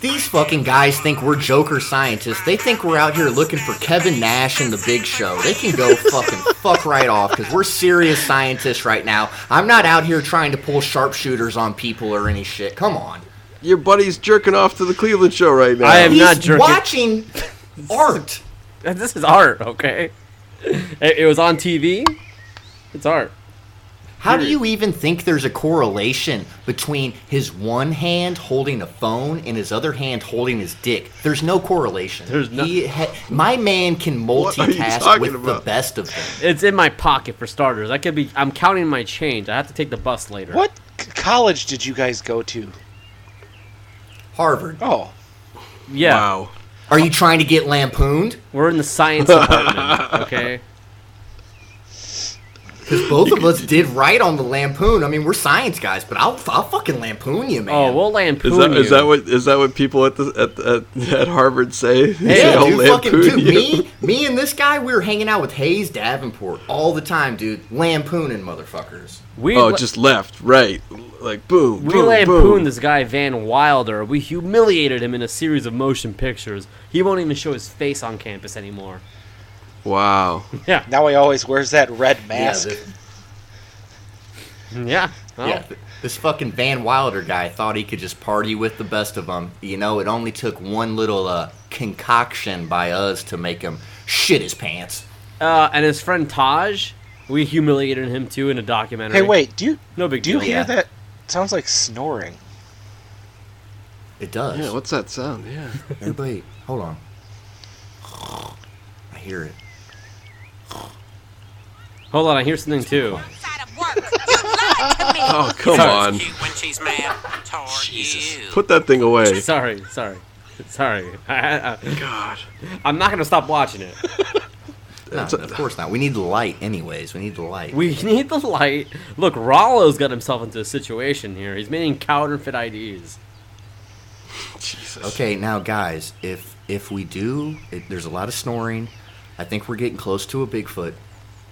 S6: These fucking guys think we're Joker scientists. They think we're out here looking for Kevin Nash and the Big Show. They can go fucking fuck right off because we're serious scientists right now. I'm not out here trying to pull sharpshooters on people or any shit. Come on.
S2: Your buddy's jerking off to the Cleveland Show right now.
S5: I am- I'm
S6: He's
S5: not jerking-
S6: watching art.
S5: This is art, okay? It, it was on TV. It's art.
S6: How do you even think there's a correlation between his one hand holding a phone and his other hand holding his dick? There's no correlation.
S5: There's no-
S6: He ha- my man can
S2: are you
S6: multitask
S2: talking
S6: with the
S2: about?
S6: best of them.
S5: It's in my pocket for starters. I could be. I'm counting my change. I have to take the bus later.
S1: What c- college did you guys go to?
S6: Harvard.
S1: Oh,
S5: Yeah,
S2: Wow.
S6: Are you trying to get lampooned?
S5: we're in the science department. Okay.
S6: Because both of us did right on the lampoon. I mean, we're science guys, but I'll, I'll fucking lampoon you, man.
S5: Oh, we'll lampoon
S2: Is that,
S5: you.
S2: is that what is that what people at the at the- at, at Harvard say? They say,
S6: Yeah,
S2: "I'll
S6: dude, fucking
S2: lampoon
S6: dude,
S2: you."
S6: me, me and this guy, we were hanging out with Hayes Davenport all the time, dude, lampooning motherfuckers.
S5: we
S2: Oh,
S5: la-
S2: just left, right, like boom,
S5: we
S2: boom,
S5: lampooned
S2: boom.
S5: this guy Van Wilder. We humiliated him in a series of motion pictures. He won't even show his face on campus anymore.
S2: Wow.
S5: Yeah.
S1: now he always wears that red mask.
S6: Yeah, the-
S5: Yeah. Well,
S6: yeah. This fucking Van Wilder guy thought he could just party with the best of them. You know, it only took one little uh, concoction by us to make him shit his pants.
S5: Uh, and his friend Taj, we humiliated him too in a documentary.
S1: Hey, wait, do you
S5: No big
S1: do you
S5: deal.
S1: hear
S6: Yeah.
S1: that? Sounds like snoring.
S6: It does.
S2: Yeah, what's that sound? Yeah.
S6: Everybody, hold on. I hear it.
S5: Hold on, I hear something too.
S7: Outside of work, you lied to me.
S2: Oh, come on.
S7: Cute when she's mad toward you.
S2: Put that thing away.
S5: Sorry, sorry, sorry. I, I,
S2: God.
S5: I'm not gonna stop watching it.
S6: No, of course not. We need the light, anyways. We need the light.
S5: We need the light. Look, Rollo's got himself into a situation here. He's making counterfeit IDs.
S2: Jesus.
S6: Okay, now guys, if if we do, it, there's a lot of snoring. I think we're getting close to a Bigfoot.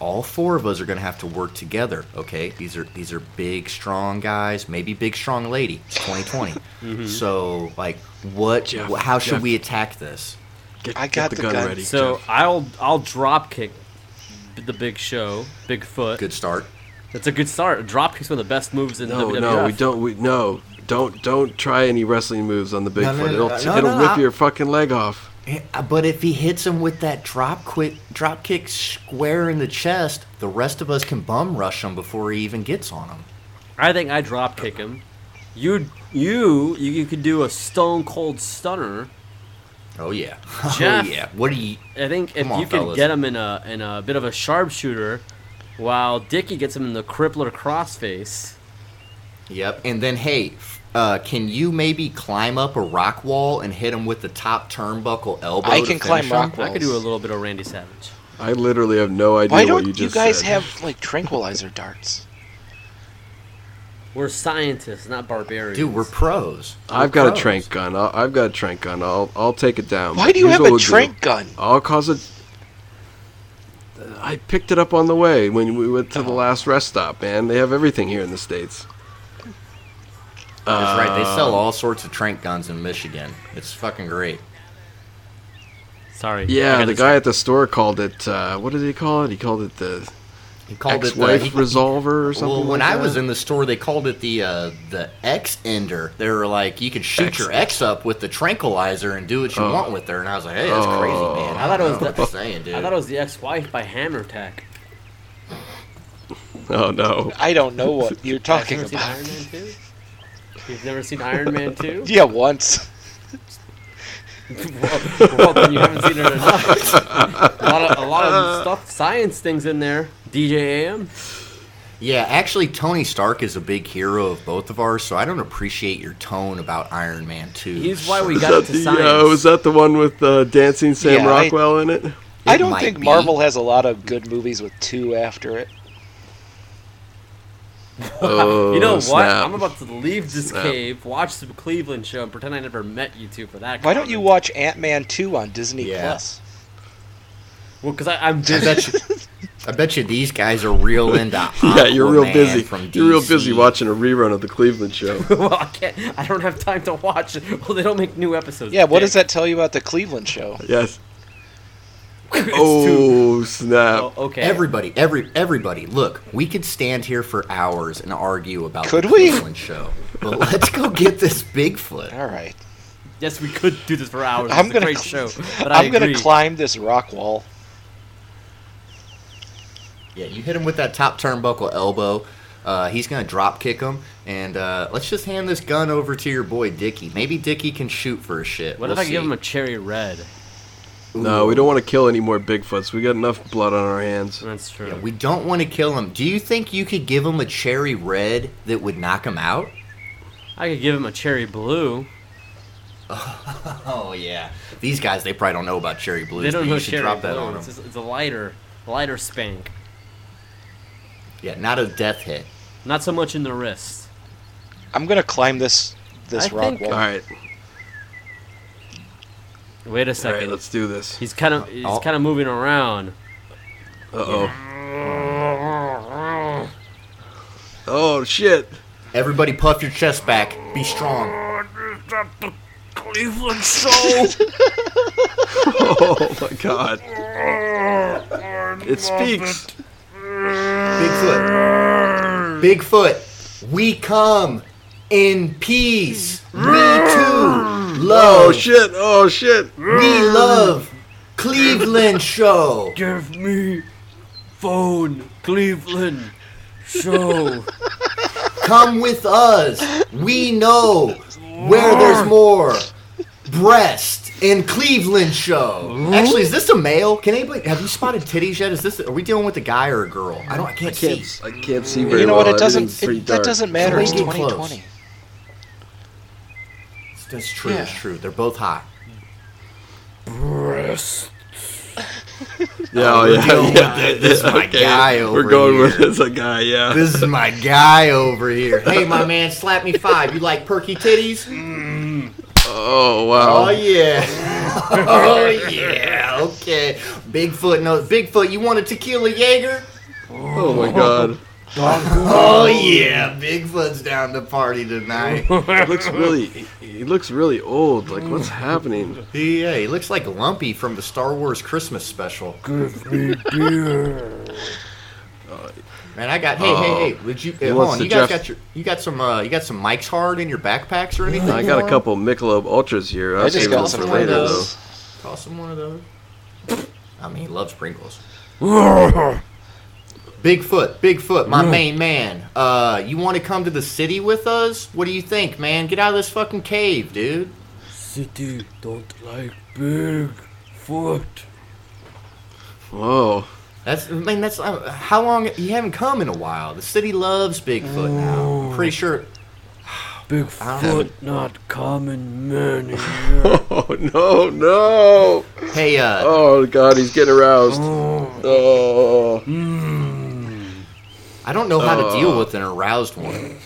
S6: All four of us are gonna have to work together. Okay, these are these are big, strong guys. Maybe big, strong lady. It's 2020. So, like, what?
S2: Jeff,
S6: wh- how should
S2: Jeff.
S6: we attack this?
S2: Get,
S1: I
S2: get
S1: got
S2: the
S1: the
S2: gun,
S1: gun.
S2: ready.
S5: So
S2: Jeff.
S5: I'll I'll drop kick the Big Show, Bigfoot.
S6: Good start.
S5: That's a good start. Drop kicks one of the best moves in
S2: no,
S5: WWF.
S2: no, we don't. We no, don't don't try any wrestling moves on the Bigfoot.
S6: No, no, no,
S2: it'll
S6: no,
S2: t-
S6: no,
S2: it'll
S6: no,
S2: rip
S6: I-
S2: your fucking leg off.
S6: Eh, But if he hits him with that drop quick drop kick square in the chest, the rest of us can bum rush him before he even gets on him.
S5: I think I drop kick him. You you you, you could do a Stone Cold Stunner.
S6: Oh yeah.
S5: Jeff.
S6: Oh yeah. What do you?
S5: I think if
S6: Come on,
S5: you could
S6: fellas.
S5: get him in a in a bit of a sharpshooter, while Dickie gets him in the crippler crossface.
S6: Yep. And then, hey, f- uh, can you maybe climb up a rock wall and hit him with the top turnbuckle elbow?
S1: I can
S6: to finish
S1: climb
S6: him?
S1: rock
S5: I
S1: walls.
S5: could do a little bit of Randy Savage.
S2: I literally have no idea
S1: Why
S2: what
S1: don't
S2: you
S1: you,
S2: just
S1: guys
S2: said.
S1: have like tranquilizer darts?
S5: We're scientists, not barbarians.
S6: Dude, we're pros.
S2: I've got a
S6: Pros.
S2: trank gun. I'll, I've got a trank gun. I'll I'll take it down.
S1: Why
S2: But
S1: do you
S2: here's
S1: have
S2: what
S1: a
S2: we'll do.
S1: trank gun?
S2: I'll cause it. I picked it up on the way when we went
S1: Oh.
S2: to the last rest stop, man. They have everything here in the states.
S6: That's right. They sell
S2: uh,
S6: all sorts of trank guns in Michigan. It's fucking great.
S5: sorry. I
S2: Yeah,
S5: got
S2: the
S5: this-
S2: guy at the store called it. Uh, what did he call it? He called it the
S6: He called it the.
S2: ex-wife
S6: he-
S2: resolver or something.
S6: well, when
S2: like
S6: I was
S2: that?
S6: in the store, they called it the uh, the X ender. They were like, you could shoot
S2: X.
S6: your X up with the tranquilizer and do what you
S2: Oh.
S6: want with her. And I was like, hey, that's crazy, man.
S5: I thought it was
S6: don't know what
S5: the-
S6: they're saying, dude.
S5: I thought it was the ex-wife by Hammer Attack.
S2: oh no,
S1: I don't know what you're
S5: Have
S1: talking
S5: you ever seen
S1: about.
S5: Iron Man 2? You've never seen Iron Man 2?
S1: Yeah, once.
S5: well, well, then you haven't seen it enough. a, lot of, a lot of stuff, science things in there. DJ AM.
S6: Yeah, actually, Tony Stark is a big hero of both of ours, so I don't appreciate your tone about Iron Man 2.
S5: He's why we
S2: Is
S5: got
S2: that
S5: into
S2: the, uh, was
S5: science.
S2: that the one with uh, dancing Sam
S1: Yeah, I-
S2: Rockwell in it?
S1: I don't
S6: might
S1: think
S6: be.
S1: Marvel has a lot of good movies with two after it.
S2: Oh,
S5: you know what?
S2: snap.
S5: I'm about to leave this
S2: Snap.
S5: cave, watch the Cleveland show, and pretend I never met you two for that.
S1: Why don't you watch Ant Man two on Disney
S6: Yeah.
S1: Plus?
S5: Well, because I'm
S6: I
S5: busy.
S6: bet, you, I bet you these guys are real into
S2: yeah, you're real
S6: Aquaman
S2: busy.
S6: Oh, From DC.
S2: You're real busy watching a rerun of the Cleveland show.
S5: well, I can't. I don't have time to watch. it. Well, they don't make new episodes.
S1: Yeah, what
S5: dick.
S1: does that tell you about the Cleveland show?
S2: yes.
S5: It's too-
S2: Oh snap!
S5: Oh, okay.
S6: Everybody, every everybody, look, we could stand here for hours and argue about
S1: Could
S6: the
S1: we?
S6: Cleveland show, but let's go get this Bigfoot.
S1: All right,
S5: yes, we could do this for hours.
S1: I'm
S5: it's
S1: gonna
S5: a great
S1: cl-
S5: show. But I
S1: I'm gonna
S5: agree.
S1: climb this rock wall.
S6: Yeah, you hit him with that top turnbuckle elbow. Uh, he's gonna drop kick him, and uh, let's just hand this gun over to your boy Dickie. Maybe Dickie can shoot for a shit.
S5: What if
S6: We'll
S5: I give
S6: see.
S5: him a cherry red?
S2: No, we don't want to kill any more Bigfoots. We got enough blood on our hands.
S5: That's true.
S6: Yeah, we don't want to kill him. Do you think you could give him a cherry red that would knock him out?
S5: I could give him a cherry blue.
S6: Oh yeah, these guys they probably don't know about cherry blues.
S5: They
S6: but
S5: don't
S6: you
S5: know
S6: should
S5: cherry
S6: drop
S5: blue.
S6: that on
S5: it's,
S6: them.
S5: just- it's a lighter, lighter spank.
S6: Yeah, not a death hit.
S5: Not so much in the wrist.
S1: I'm gonna climb this this
S5: I
S1: rock
S5: think-
S2: All
S1: wall.
S2: right,
S5: Wait a
S2: all right,
S5: second.
S2: let's do this.
S5: he's kind of he's
S6: I'll-
S5: kind of moving around.
S2: Uh oh. Oh shit!
S6: Everybody, puff your chest back. Be strong.
S2: Oh my god! It speaks.
S6: Bigfoot. Bigfoot. We come in peace. Me too. Love.
S2: Oh shit! Oh shit!
S6: We love Cleveland show.
S5: Give me phone, Cleveland. Show.
S6: Come with us. We know where there's more breast in Cleveland show. Actually, is this a male? Can anybody have you spotted titties yet? Is this are we dealing with a guy or a girl? I don't I can't,
S2: Can't,
S6: see.
S2: I can't see very
S1: You know
S2: well.
S1: what? It
S2: Everything's
S1: doesn't.
S2: pretty
S1: It, that
S2: dark.
S1: doesn't matter. It's
S6: Don't get close.
S1: 2020.
S6: That's true. That's
S1: Yeah.
S6: true. They're both hot.
S2: Yeah, oh, yeah,
S6: dealing
S2: yeah.
S6: with this
S2: yeah,
S6: my guy over
S2: We're going with
S6: here.
S2: this a guy. Yeah.
S6: This is my guy over here. Hey, my man, slap me five. You like perky titties?
S2: oh
S6: Oh
S2: wow.
S6: yeah. Oh yeah. Okay. Bigfoot knows. Bigfoot, you want a tequila Jaeger?
S2: Oh my god.
S6: Oh yeah. Bigfoot's down to party tonight.
S2: He looks really. He he looks really old. Like what's happening?
S6: He, yeah, he looks like Lumpy from the Star Wars Christmas special. Man, I got. Hey, hey, hey! Would you?
S2: Uh, He
S6: Uh, hold
S2: wants
S6: on.
S2: to
S6: You guys
S2: Jeff-
S6: got your. You got some. Uh, you got some Mike's Hard in your backpacks or anything?
S2: I got a couple Michelob Ultras here. I'll
S1: I just
S2: save
S1: got
S2: those
S1: some
S2: for later though.
S1: Pringles.
S6: Toss him one of those. I mean, he loves Pringles. Bigfoot, Bigfoot, my main man. Uh, you want to come to the city with us? What do you think, man? Get out of this fucking cave, dude.
S5: City don't like big foot.
S2: Whoa.
S6: That's I mean that's uh, how long you haven't come in a while. The city loves Bigfoot
S2: Mm.
S6: now. I'm pretty sure.
S5: Big foot not common many. years.
S2: Oh no no.
S6: Hey, uh,
S2: Oh god, he's getting aroused. Oh.
S6: I don't know how to deal with an aroused one.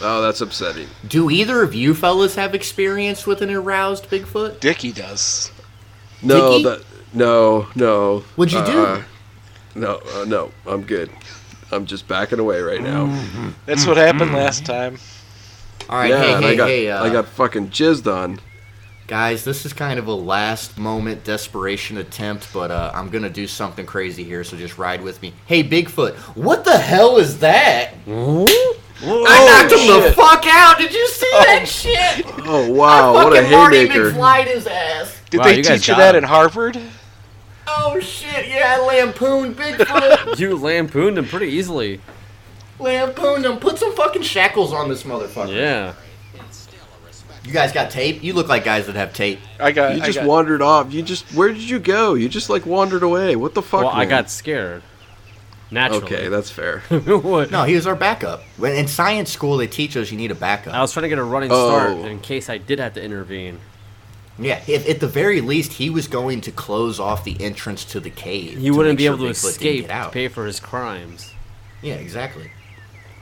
S2: Oh, that's upsetting.
S6: Do either of you fellas have experience with an aroused Bigfoot?
S1: Dickie does.
S2: No,
S6: Dicky?
S2: that no, no.
S6: What'd you do?
S2: Uh, no, uh, no, I'm good. I'm just backing away right now.
S6: Mm.
S2: Hmm.
S1: That's what happened last time.
S6: All right,
S2: yeah,
S6: hey,
S2: and
S6: hey,
S2: I got
S6: hey, uh,
S2: I got fucking jizzed on.
S6: guys, this is kind of a last moment desperation attempt, but uh, I'm gonna do something crazy here, so just ride with me. Hey, Bigfoot, what the hell is that? I knocked him the fuck out. Did you see that shit?
S2: Oh wow, what a
S6: fucking Marty
S2: haymaker!
S6: McFly his ass.
S1: Did
S5: Wow,
S1: they
S5: you guys
S1: teach you
S5: got
S1: that
S5: him.
S1: in Harvard?
S6: Oh shit, yeah, I lampooned Bigfoot.
S5: you lampooned him pretty easily.
S6: lampooned him. Put some fucking shackles on this motherfucker.
S5: Yeah.
S6: You guys got tape? You look like guys that have tape.
S1: I got.
S5: Uh,
S2: You
S1: I
S2: just
S1: got-
S2: wandered off. You just where did you go? You just like wandered away. What the fuck?
S5: Well, I
S2: man?
S5: got scared. Naturally.
S2: Okay, that's fair.
S5: What?
S6: No, he was our backup. When in science school they teach us you need a backup.
S5: I was trying to get a running start
S2: Oh.
S5: in case I did have to intervene.
S6: yeah, if, at the very least he was going to close off the entrance to the cave.
S5: He
S6: to
S5: wouldn't
S6: make
S5: be
S6: sure
S5: able to
S6: Bigfoot didn't
S5: escape
S6: get
S5: to
S6: out.
S5: pay for his crimes.
S6: Yeah, exactly.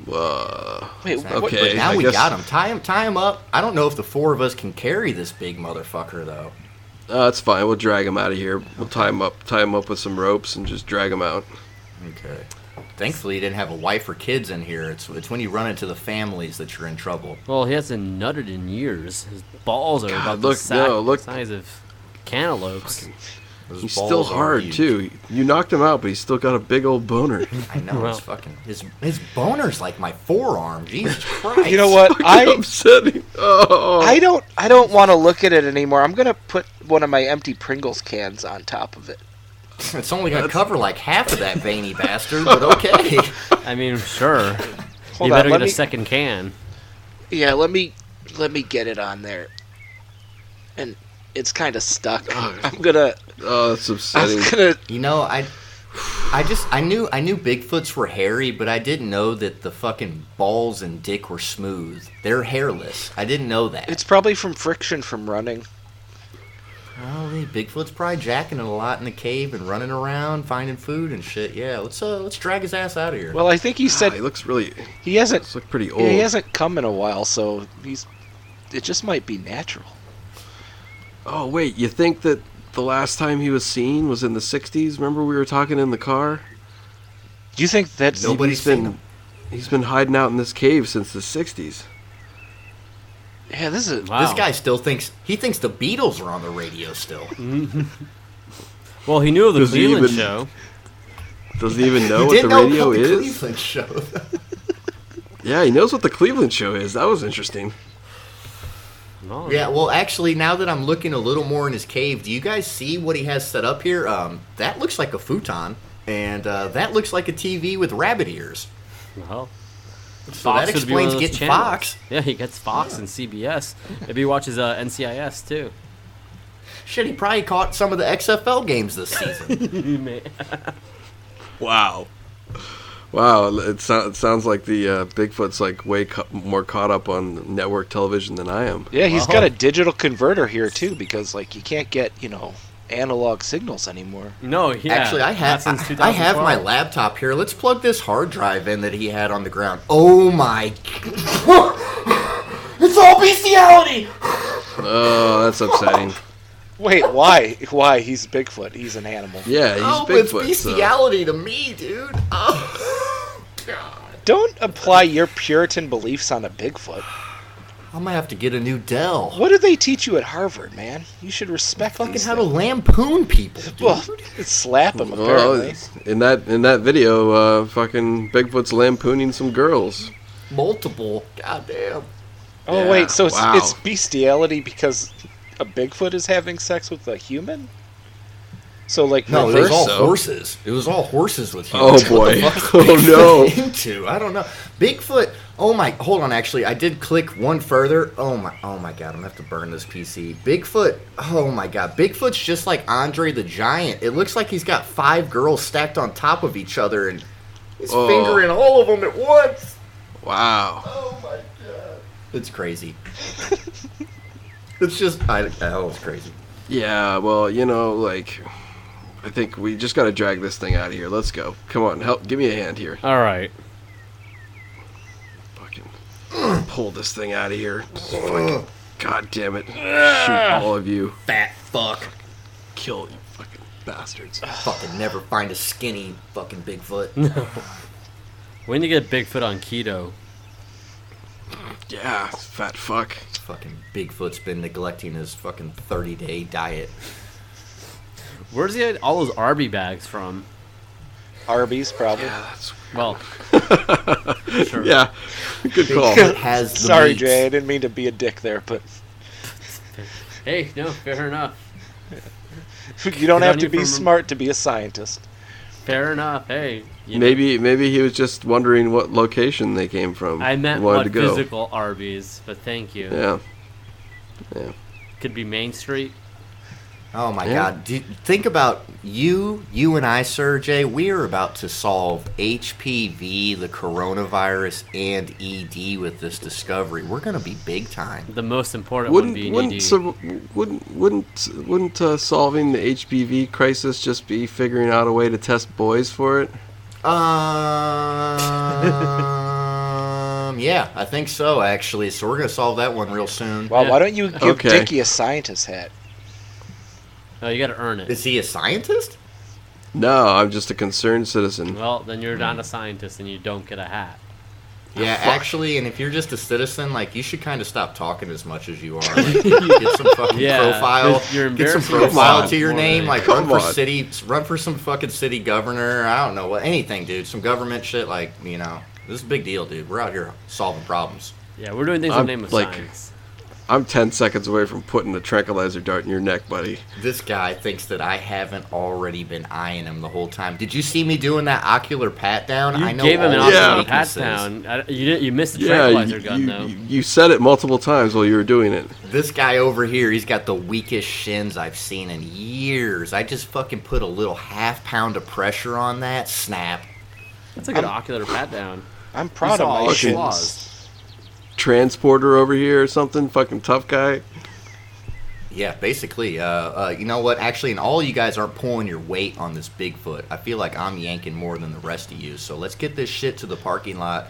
S2: Uh, Whoa.
S1: Wait, what-
S2: Okay.
S6: But now
S2: I
S6: we
S2: guess-
S6: got him. Tie him, tie him up. I don't know if the four of us can carry this big motherfucker though.
S2: Uh, that's fine. We'll drag him out of here. We'll tie him up, tie him up with some ropes, and just drag him out.
S6: Okay. Thankfully, you didn't have a wife or kids in here. It's it's when you run into the families that you're in trouble.
S5: Well, he hasn't nutted in years. His balls are about
S2: look,
S5: the sack-
S2: no, look.
S5: size of cantaloupes.
S6: Those
S2: He's
S6: balls
S2: still
S6: are
S2: hard
S6: huge.
S2: too. You knocked him out, but he's still got a big old boner.
S6: I know.
S5: Well.
S6: It's fucking his his boner's like my forearm. Jesus Christ.
S1: You know what? I
S2: upsetting. Oh.
S1: I don't I don't want to look at it anymore. I'm gonna put one of my empty Pringles cans on top of it.
S6: It's only gonna cover like half of that veiny bastard, but okay.
S5: I mean, sure.
S1: Hold
S5: you
S1: on,
S5: better
S1: let
S5: get
S1: me.
S5: a second can.
S1: Yeah, let me let me get it on there. And it's kind of stuck. I'm gonna
S2: Oh, that's
S1: I'm
S2: upsetting.
S1: gonna
S6: You know, I I just I knew I knew Bigfoots were hairy, but I didn't know that the fucking balls and dick were smooth. They're hairless. I didn't know that.
S1: It's probably from friction from running.
S6: Probably Bigfoot's probably jacking it a lot in the cave and running around finding food and shit. Yeah, let's uh let's drag his ass out of here.
S1: Well, I think he
S2: Ah,
S1: said
S2: he looks really.
S1: he hasn't
S2: Looks like pretty old.
S1: he hasn't come in a while, so he's it just might be natural.
S2: Oh wait, you think that the last time he was seen was in the '60s? Remember we were talking in the car.
S1: Do you think that's
S2: Maybe
S6: Nobody's
S2: he's
S6: seen
S2: been.
S6: him.
S2: He's been hiding out in this cave since the '60s.
S1: yeah? This is
S5: Wow.
S6: This guy still thinks he thinks the Beatles are on the radio still.
S5: Well, he knew of the
S2: Does he
S5: Cleveland
S2: even-
S5: show.
S2: Does he even know
S6: he
S2: Oh, what the
S6: did know
S2: radio
S6: about the
S2: is?
S6: Cleveland show. though.
S2: Yeah, he knows what the Cleveland show is. That was interesting.
S5: No.
S6: yeah, well, actually, now that I'm looking a little more in his cave, do you guys see what he has set up here? Um, that looks like a futon, and uh, that looks like a TV with rabbit ears.
S5: Well,
S6: So that
S5: would be one
S6: explains
S5: of those
S6: getting
S5: channels.
S6: Fox.
S5: Yeah, he gets Fox and CBS. Maybe he watches uh, NCIS too.
S6: Shit, he probably caught some of the XFL games this season.
S2: Wow. Wow, it, so- it sounds like the uh, Bigfoot's like way cu- more caught up on network television than I am.
S1: Yeah, he's
S5: Wow.
S1: got a digital converter here too because like you can't get you know analog signals anymore.
S5: No, yeah.
S6: Actually, I have
S5: not since
S6: I, I have my
S5: 2012.
S6: laptop here. Let's plug this hard drive in that he had on the ground. Oh my! it's all bestiality.
S2: Oh, that's upsetting.
S1: Wait, why? Why he's Bigfoot? He's an animal.
S2: Yeah, he's
S6: oh, it's
S2: Bigfoot. so-
S6: bestiality to me, dude. Oh god!
S1: Don't apply your Puritan beliefs on a Bigfoot.
S6: I'm gonna have to get a new Dell.
S1: What do they teach you at Harvard, man? You should respect
S6: Fucking
S1: these
S6: how to
S1: things.
S6: lampoon people, dude.
S1: Well, slap them
S2: Well,
S1: apparently.
S2: in that in that video, uh, fucking Bigfoot's lampooning some girls.
S6: Multiple. Goddamn.
S1: Oh
S2: Yeah,
S1: wait, so it's,
S2: wow.
S1: it's bestiality because a Bigfoot is having sex with a human? So like
S6: No, it
S1: reverse?
S6: was all
S2: so.
S6: horses. It was all horses with
S2: Oh,
S6: humans. What the
S2: boy.
S6: fuck's
S2: Oh,
S6: Bigfoot
S2: no.
S6: Into I don't know. Bigfoot. Oh my. Hold on. Actually, I did click one further. Oh my. Oh my God. I'm gonna have to burn this PC. Bigfoot. Oh my God. Bigfoot's just like Andre the Giant. It looks like he's got five girls stacked on top of each other and he's
S2: Oh.
S6: fingering all of them at once.
S2: Wow.
S6: Oh my God. It's crazy. it's just. I. Oh, it's crazy.
S2: Yeah. Well, you know, like, I think we just got to drag this thing out of here. Let's go. Come on, help. Give me a hand here.
S5: All right.
S2: Fucking pull this thing out of here. Fucking, God damn it! Shoot all of you.
S6: Fat fuck.
S2: Kill you, fucking bastards.
S6: Fucking never find a skinny fucking Bigfoot.
S5: When you get Bigfoot on keto,
S2: Yeah, fat fuck.
S6: fucking Bigfoot's been neglecting his fucking 30 day diet.
S5: where's he get all those Arby bags from?
S1: Arby's probably.
S2: Yeah, that's
S5: Well, sure.
S2: yeah. Good call.
S6: Bigfoot has the
S1: Sorry,
S6: meats.
S1: Jay, I didn't mean to be a dick there, but
S5: Hey, no, fair enough.
S1: you don't
S5: on
S1: have to
S5: you for
S1: be
S5: rem-
S1: smart to be a scientist.
S5: Fair enough. Hey, you know,
S2: Maybe maybe he was just wondering what location they came from.
S5: I meant
S2: Wanted
S5: what physical Arby's, but thank you.
S2: Yeah.
S5: Could be Main Street.
S6: Oh my
S2: Yeah.
S6: god. Do, think about you, you and I, Sir Jay. We are about to solve HPV, the coronavirus, and ED with this discovery. We're going to be big time.
S5: The most important would be
S2: Wouldn't
S5: an
S2: wouldn't
S5: ED.
S2: sur- wouldn't wouldn't wouldn't uh, solving the HPV crisis just be figuring out a way to test boys for it?
S6: Um, yeah, I think so, actually. So we're going to solve that one real soon.
S1: Wow,
S5: Yeah.
S1: why don't you give
S2: Okay.
S1: Dickie a scientist hat?
S5: no, you got to earn it.
S6: Is he a scientist?
S2: No, I'm just a concerned citizen.
S5: Well, then you're not a scientist and you don't get a hat.
S6: Yeah, actually, and if you're just a citizen, like you should kind of stop talking as much as you are. Like, get some fucking
S5: Yeah,
S6: profile.
S5: you're
S6: get some
S5: embarrassing yourself
S6: profile to your
S5: more than
S6: name.
S5: anything.
S6: Like
S2: Come
S6: run for
S2: on.
S6: city, run for some fucking city governor. I don't know what anything, dude. Some government shit. Like you know, this is a big deal, dude. We're out here solving problems.
S5: Yeah, we're doing things in
S2: I'm,
S5: the name of
S2: like-
S5: science.
S2: I'm 10 seconds away from putting a tranquilizer dart in your neck, buddy.
S6: This guy thinks that I haven't already been eyeing him the whole time. Did you see me doing that ocular pat down?
S5: You
S6: I know
S5: gave him an
S6: all his
S2: Yeah.
S5: optional pat
S6: weaknesses.
S5: down. I- You didn't. You missed the
S2: Yeah,
S5: tranquilizer
S2: you,
S5: gun though.
S2: you, you said it multiple times while you were doing it.
S6: This guy over here, he's got the weakest shins I've seen in years. I just fucking put a little half pound of pressure on that. Snap.
S5: That's a good ocular pat down.
S1: I'm proud
S5: saw
S1: of
S5: all
S1: my
S5: his
S2: shins.
S5: flaws.
S2: Transporter over here or something, fucking tough guy.
S6: Yeah, basically, uh, uh, you know what? Actually, and all you guys aren't pulling your weight on this Bigfoot. I feel like I'm yanking more than the rest of you. So let's get this shit to the parking lot.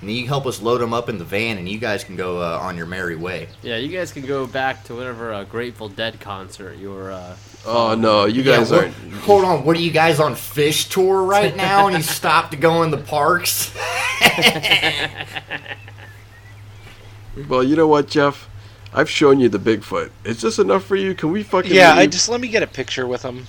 S6: And you help us load him up in the van, and you guys can go uh, on your merry way.
S5: Yeah, you guys can go back to whatever uh, Grateful Dead concert you were. Uh,
S2: Oh no, you guys
S6: Yeah, what-
S2: aren't.
S6: Hold on, what are you guys on fish tour right now? And you stopped to go in the parks?
S2: Well, you know what, Jeff? I've shown you the Bigfoot. Is this enough for you? Can we fucking
S1: Yeah, I
S2: leave?
S1: just let me get a picture with him.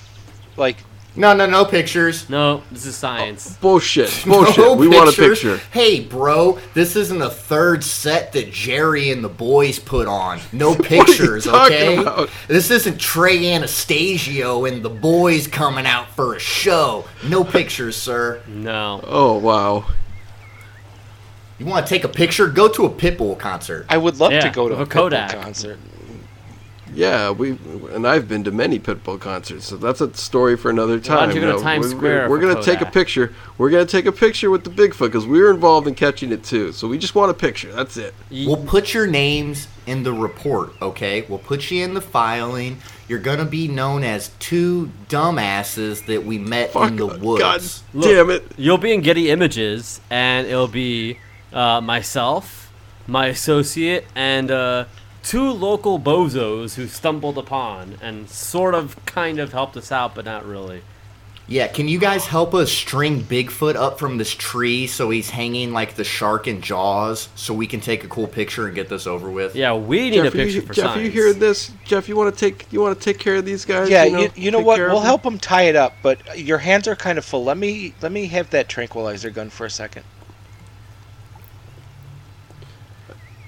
S1: Like
S6: No, no, no pictures.
S5: No, this is science.
S2: Bullshit. Bullshit.
S6: No
S2: we want a
S6: pictures.
S2: picture.
S6: Hey, bro, this isn't a third set that Jerry and the boys put on. No
S2: you
S6: pictures,
S2: talking
S6: okay?
S2: about?
S6: This isn't Trey Anastasio and the boys coming out for a show. No pictures, sir.
S5: No.
S2: Oh wow.
S6: You want to take a picture? Go to a Pitbull concert.
S1: I would love
S5: Yeah,
S1: to go to
S5: with
S1: a
S5: a Kodak.
S1: Pitbull concert.
S2: Yeah, we and I've been to many Pitbull concerts, so that's a story for another time.
S5: don't you go to
S2: No,
S5: Times
S2: we're,
S5: Square
S2: We're,
S5: for
S2: gonna take a
S5: Kodak?
S2: picture. We're gonna take a picture with the Bigfoot because we were involved in catching it too. So we just want a picture. That's it.
S6: We'll put your names in the report, okay? We'll put you in the filing. You're gonna be known as two dumbasses that we met in the woods.
S2: God
S5: Look.
S2: damn it.
S5: You'll be in Getty Images, and it'll be uh, myself, my associate, and uh, two local bozos who stumbled upon and sort of, kind of helped us out, but not really.
S6: Yeah, can you guys help us string Bigfoot up from this tree so he's hanging like the shark in Jaws, so we can take a cool picture and get this over with?
S5: Yeah, we need a
S2: Jeff, are
S5: picture
S2: you,
S5: for
S2: Jeff, are
S5: science.
S2: you hearing this? Jeff, you want to take you want to take care of these guys?
S1: Yeah, you you know,
S2: take
S1: what?
S2: care of
S1: We'll
S2: them?
S1: help them tie it up, but your hands are kind of full. Let me let me have that tranquilizer gun for a second.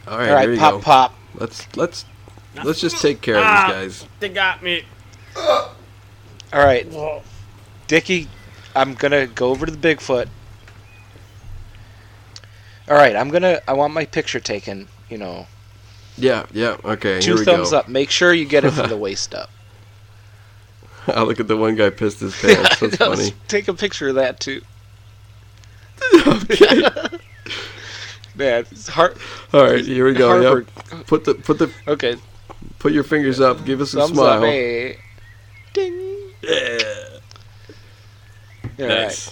S2: All right,
S1: All
S2: here
S1: right,
S2: you
S1: pop
S2: go.
S1: pop. Ah!
S2: Let's let's let's just take care of these guys.
S5: They got me.
S1: All right, Dickie, I'm gonna go over to the Bigfoot. All right, I'm gonna. I want my picture taken. You know,
S2: Yeah, yeah. Okay,
S1: two
S2: here we
S1: thumbs
S2: go.
S1: up. Make sure you get it from the waist up.
S2: I look at the one guy pissed his pants. That's
S1: No,
S2: funny.
S1: Take a picture of that too. Man, it's hard.
S2: All right, here we go.
S1: Harvard.
S2: Yep. Put the put the
S1: Okay,
S2: put your fingers up. Give us a
S1: thumbs up.
S2: smile.
S1: eh? Hey. Ding. Yeah.
S2: Nice.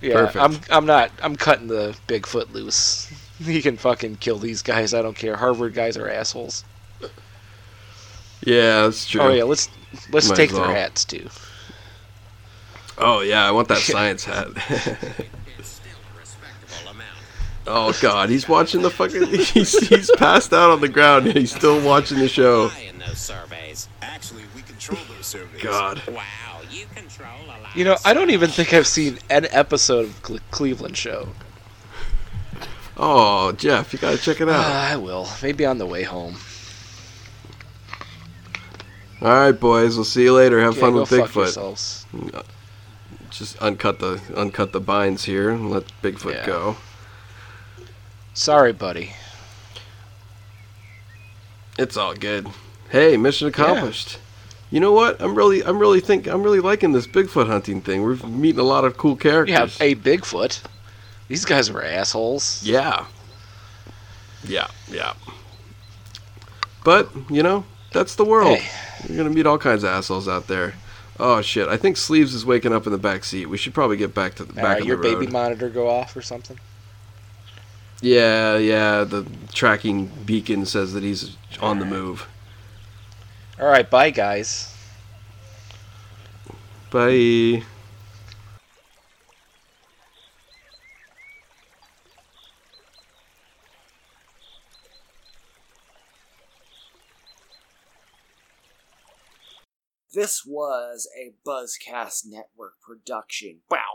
S1: Yeah,
S2: Perfect.
S1: I'm I'm not I'm cutting the Bigfoot loose. He can fucking kill these guys. I don't care. Harvard guys are assholes.
S2: Yeah, that's true.
S1: Oh yeah, let's let's
S2: Might
S1: take
S2: as well.
S1: their hats too.
S2: Oh, yeah, I want that science hat.
S1: Oh,
S7: It's still a respectable amount.
S2: oh god, he's watching the fucking. He's, he's passed out on the ground and he's still watching the show.
S7: High in those surveys. Actually, we control those surveys.
S2: God.
S7: Wow, you control a lot.
S1: You know,
S7: of
S1: I don't even think I've seen an episode of Cle- Cleveland Show.
S2: Oh Jeff, you gotta check it out.
S1: Ah, I will. Maybe on the way home.
S2: All right, boys, we'll see you later. Have
S1: Yeah,
S2: fun
S1: go
S2: with
S1: fuck
S2: Bigfoot.
S1: yourselves.
S2: Just uncut the uncut the binds here and let Bigfoot
S1: Yeah.
S2: go.
S1: Sorry, buddy.
S2: It's all good. Hey, mission accomplished. You know what? I'm really, I'm really think, I'm really liking this Bigfoot hunting thing. We're meeting a lot of cool characters.
S1: Yeah, a Bigfoot. These guys were assholes.
S2: Yeah. Yeah, yeah. But, you know, that's the world.
S1: Hey.
S2: You're going to meet all kinds of assholes out there. Oh, shit. I think Sleeves is waking up in the back seat. We should probably get back to the
S1: All
S2: back
S1: right,
S2: of
S1: your
S2: the road.
S1: baby monitor go off or something.
S2: yeah, yeah. The tracking beacon says that he's on the move.
S1: All right, bye guys.
S2: Bye.
S8: This was a Buzzcast Network production. Wow.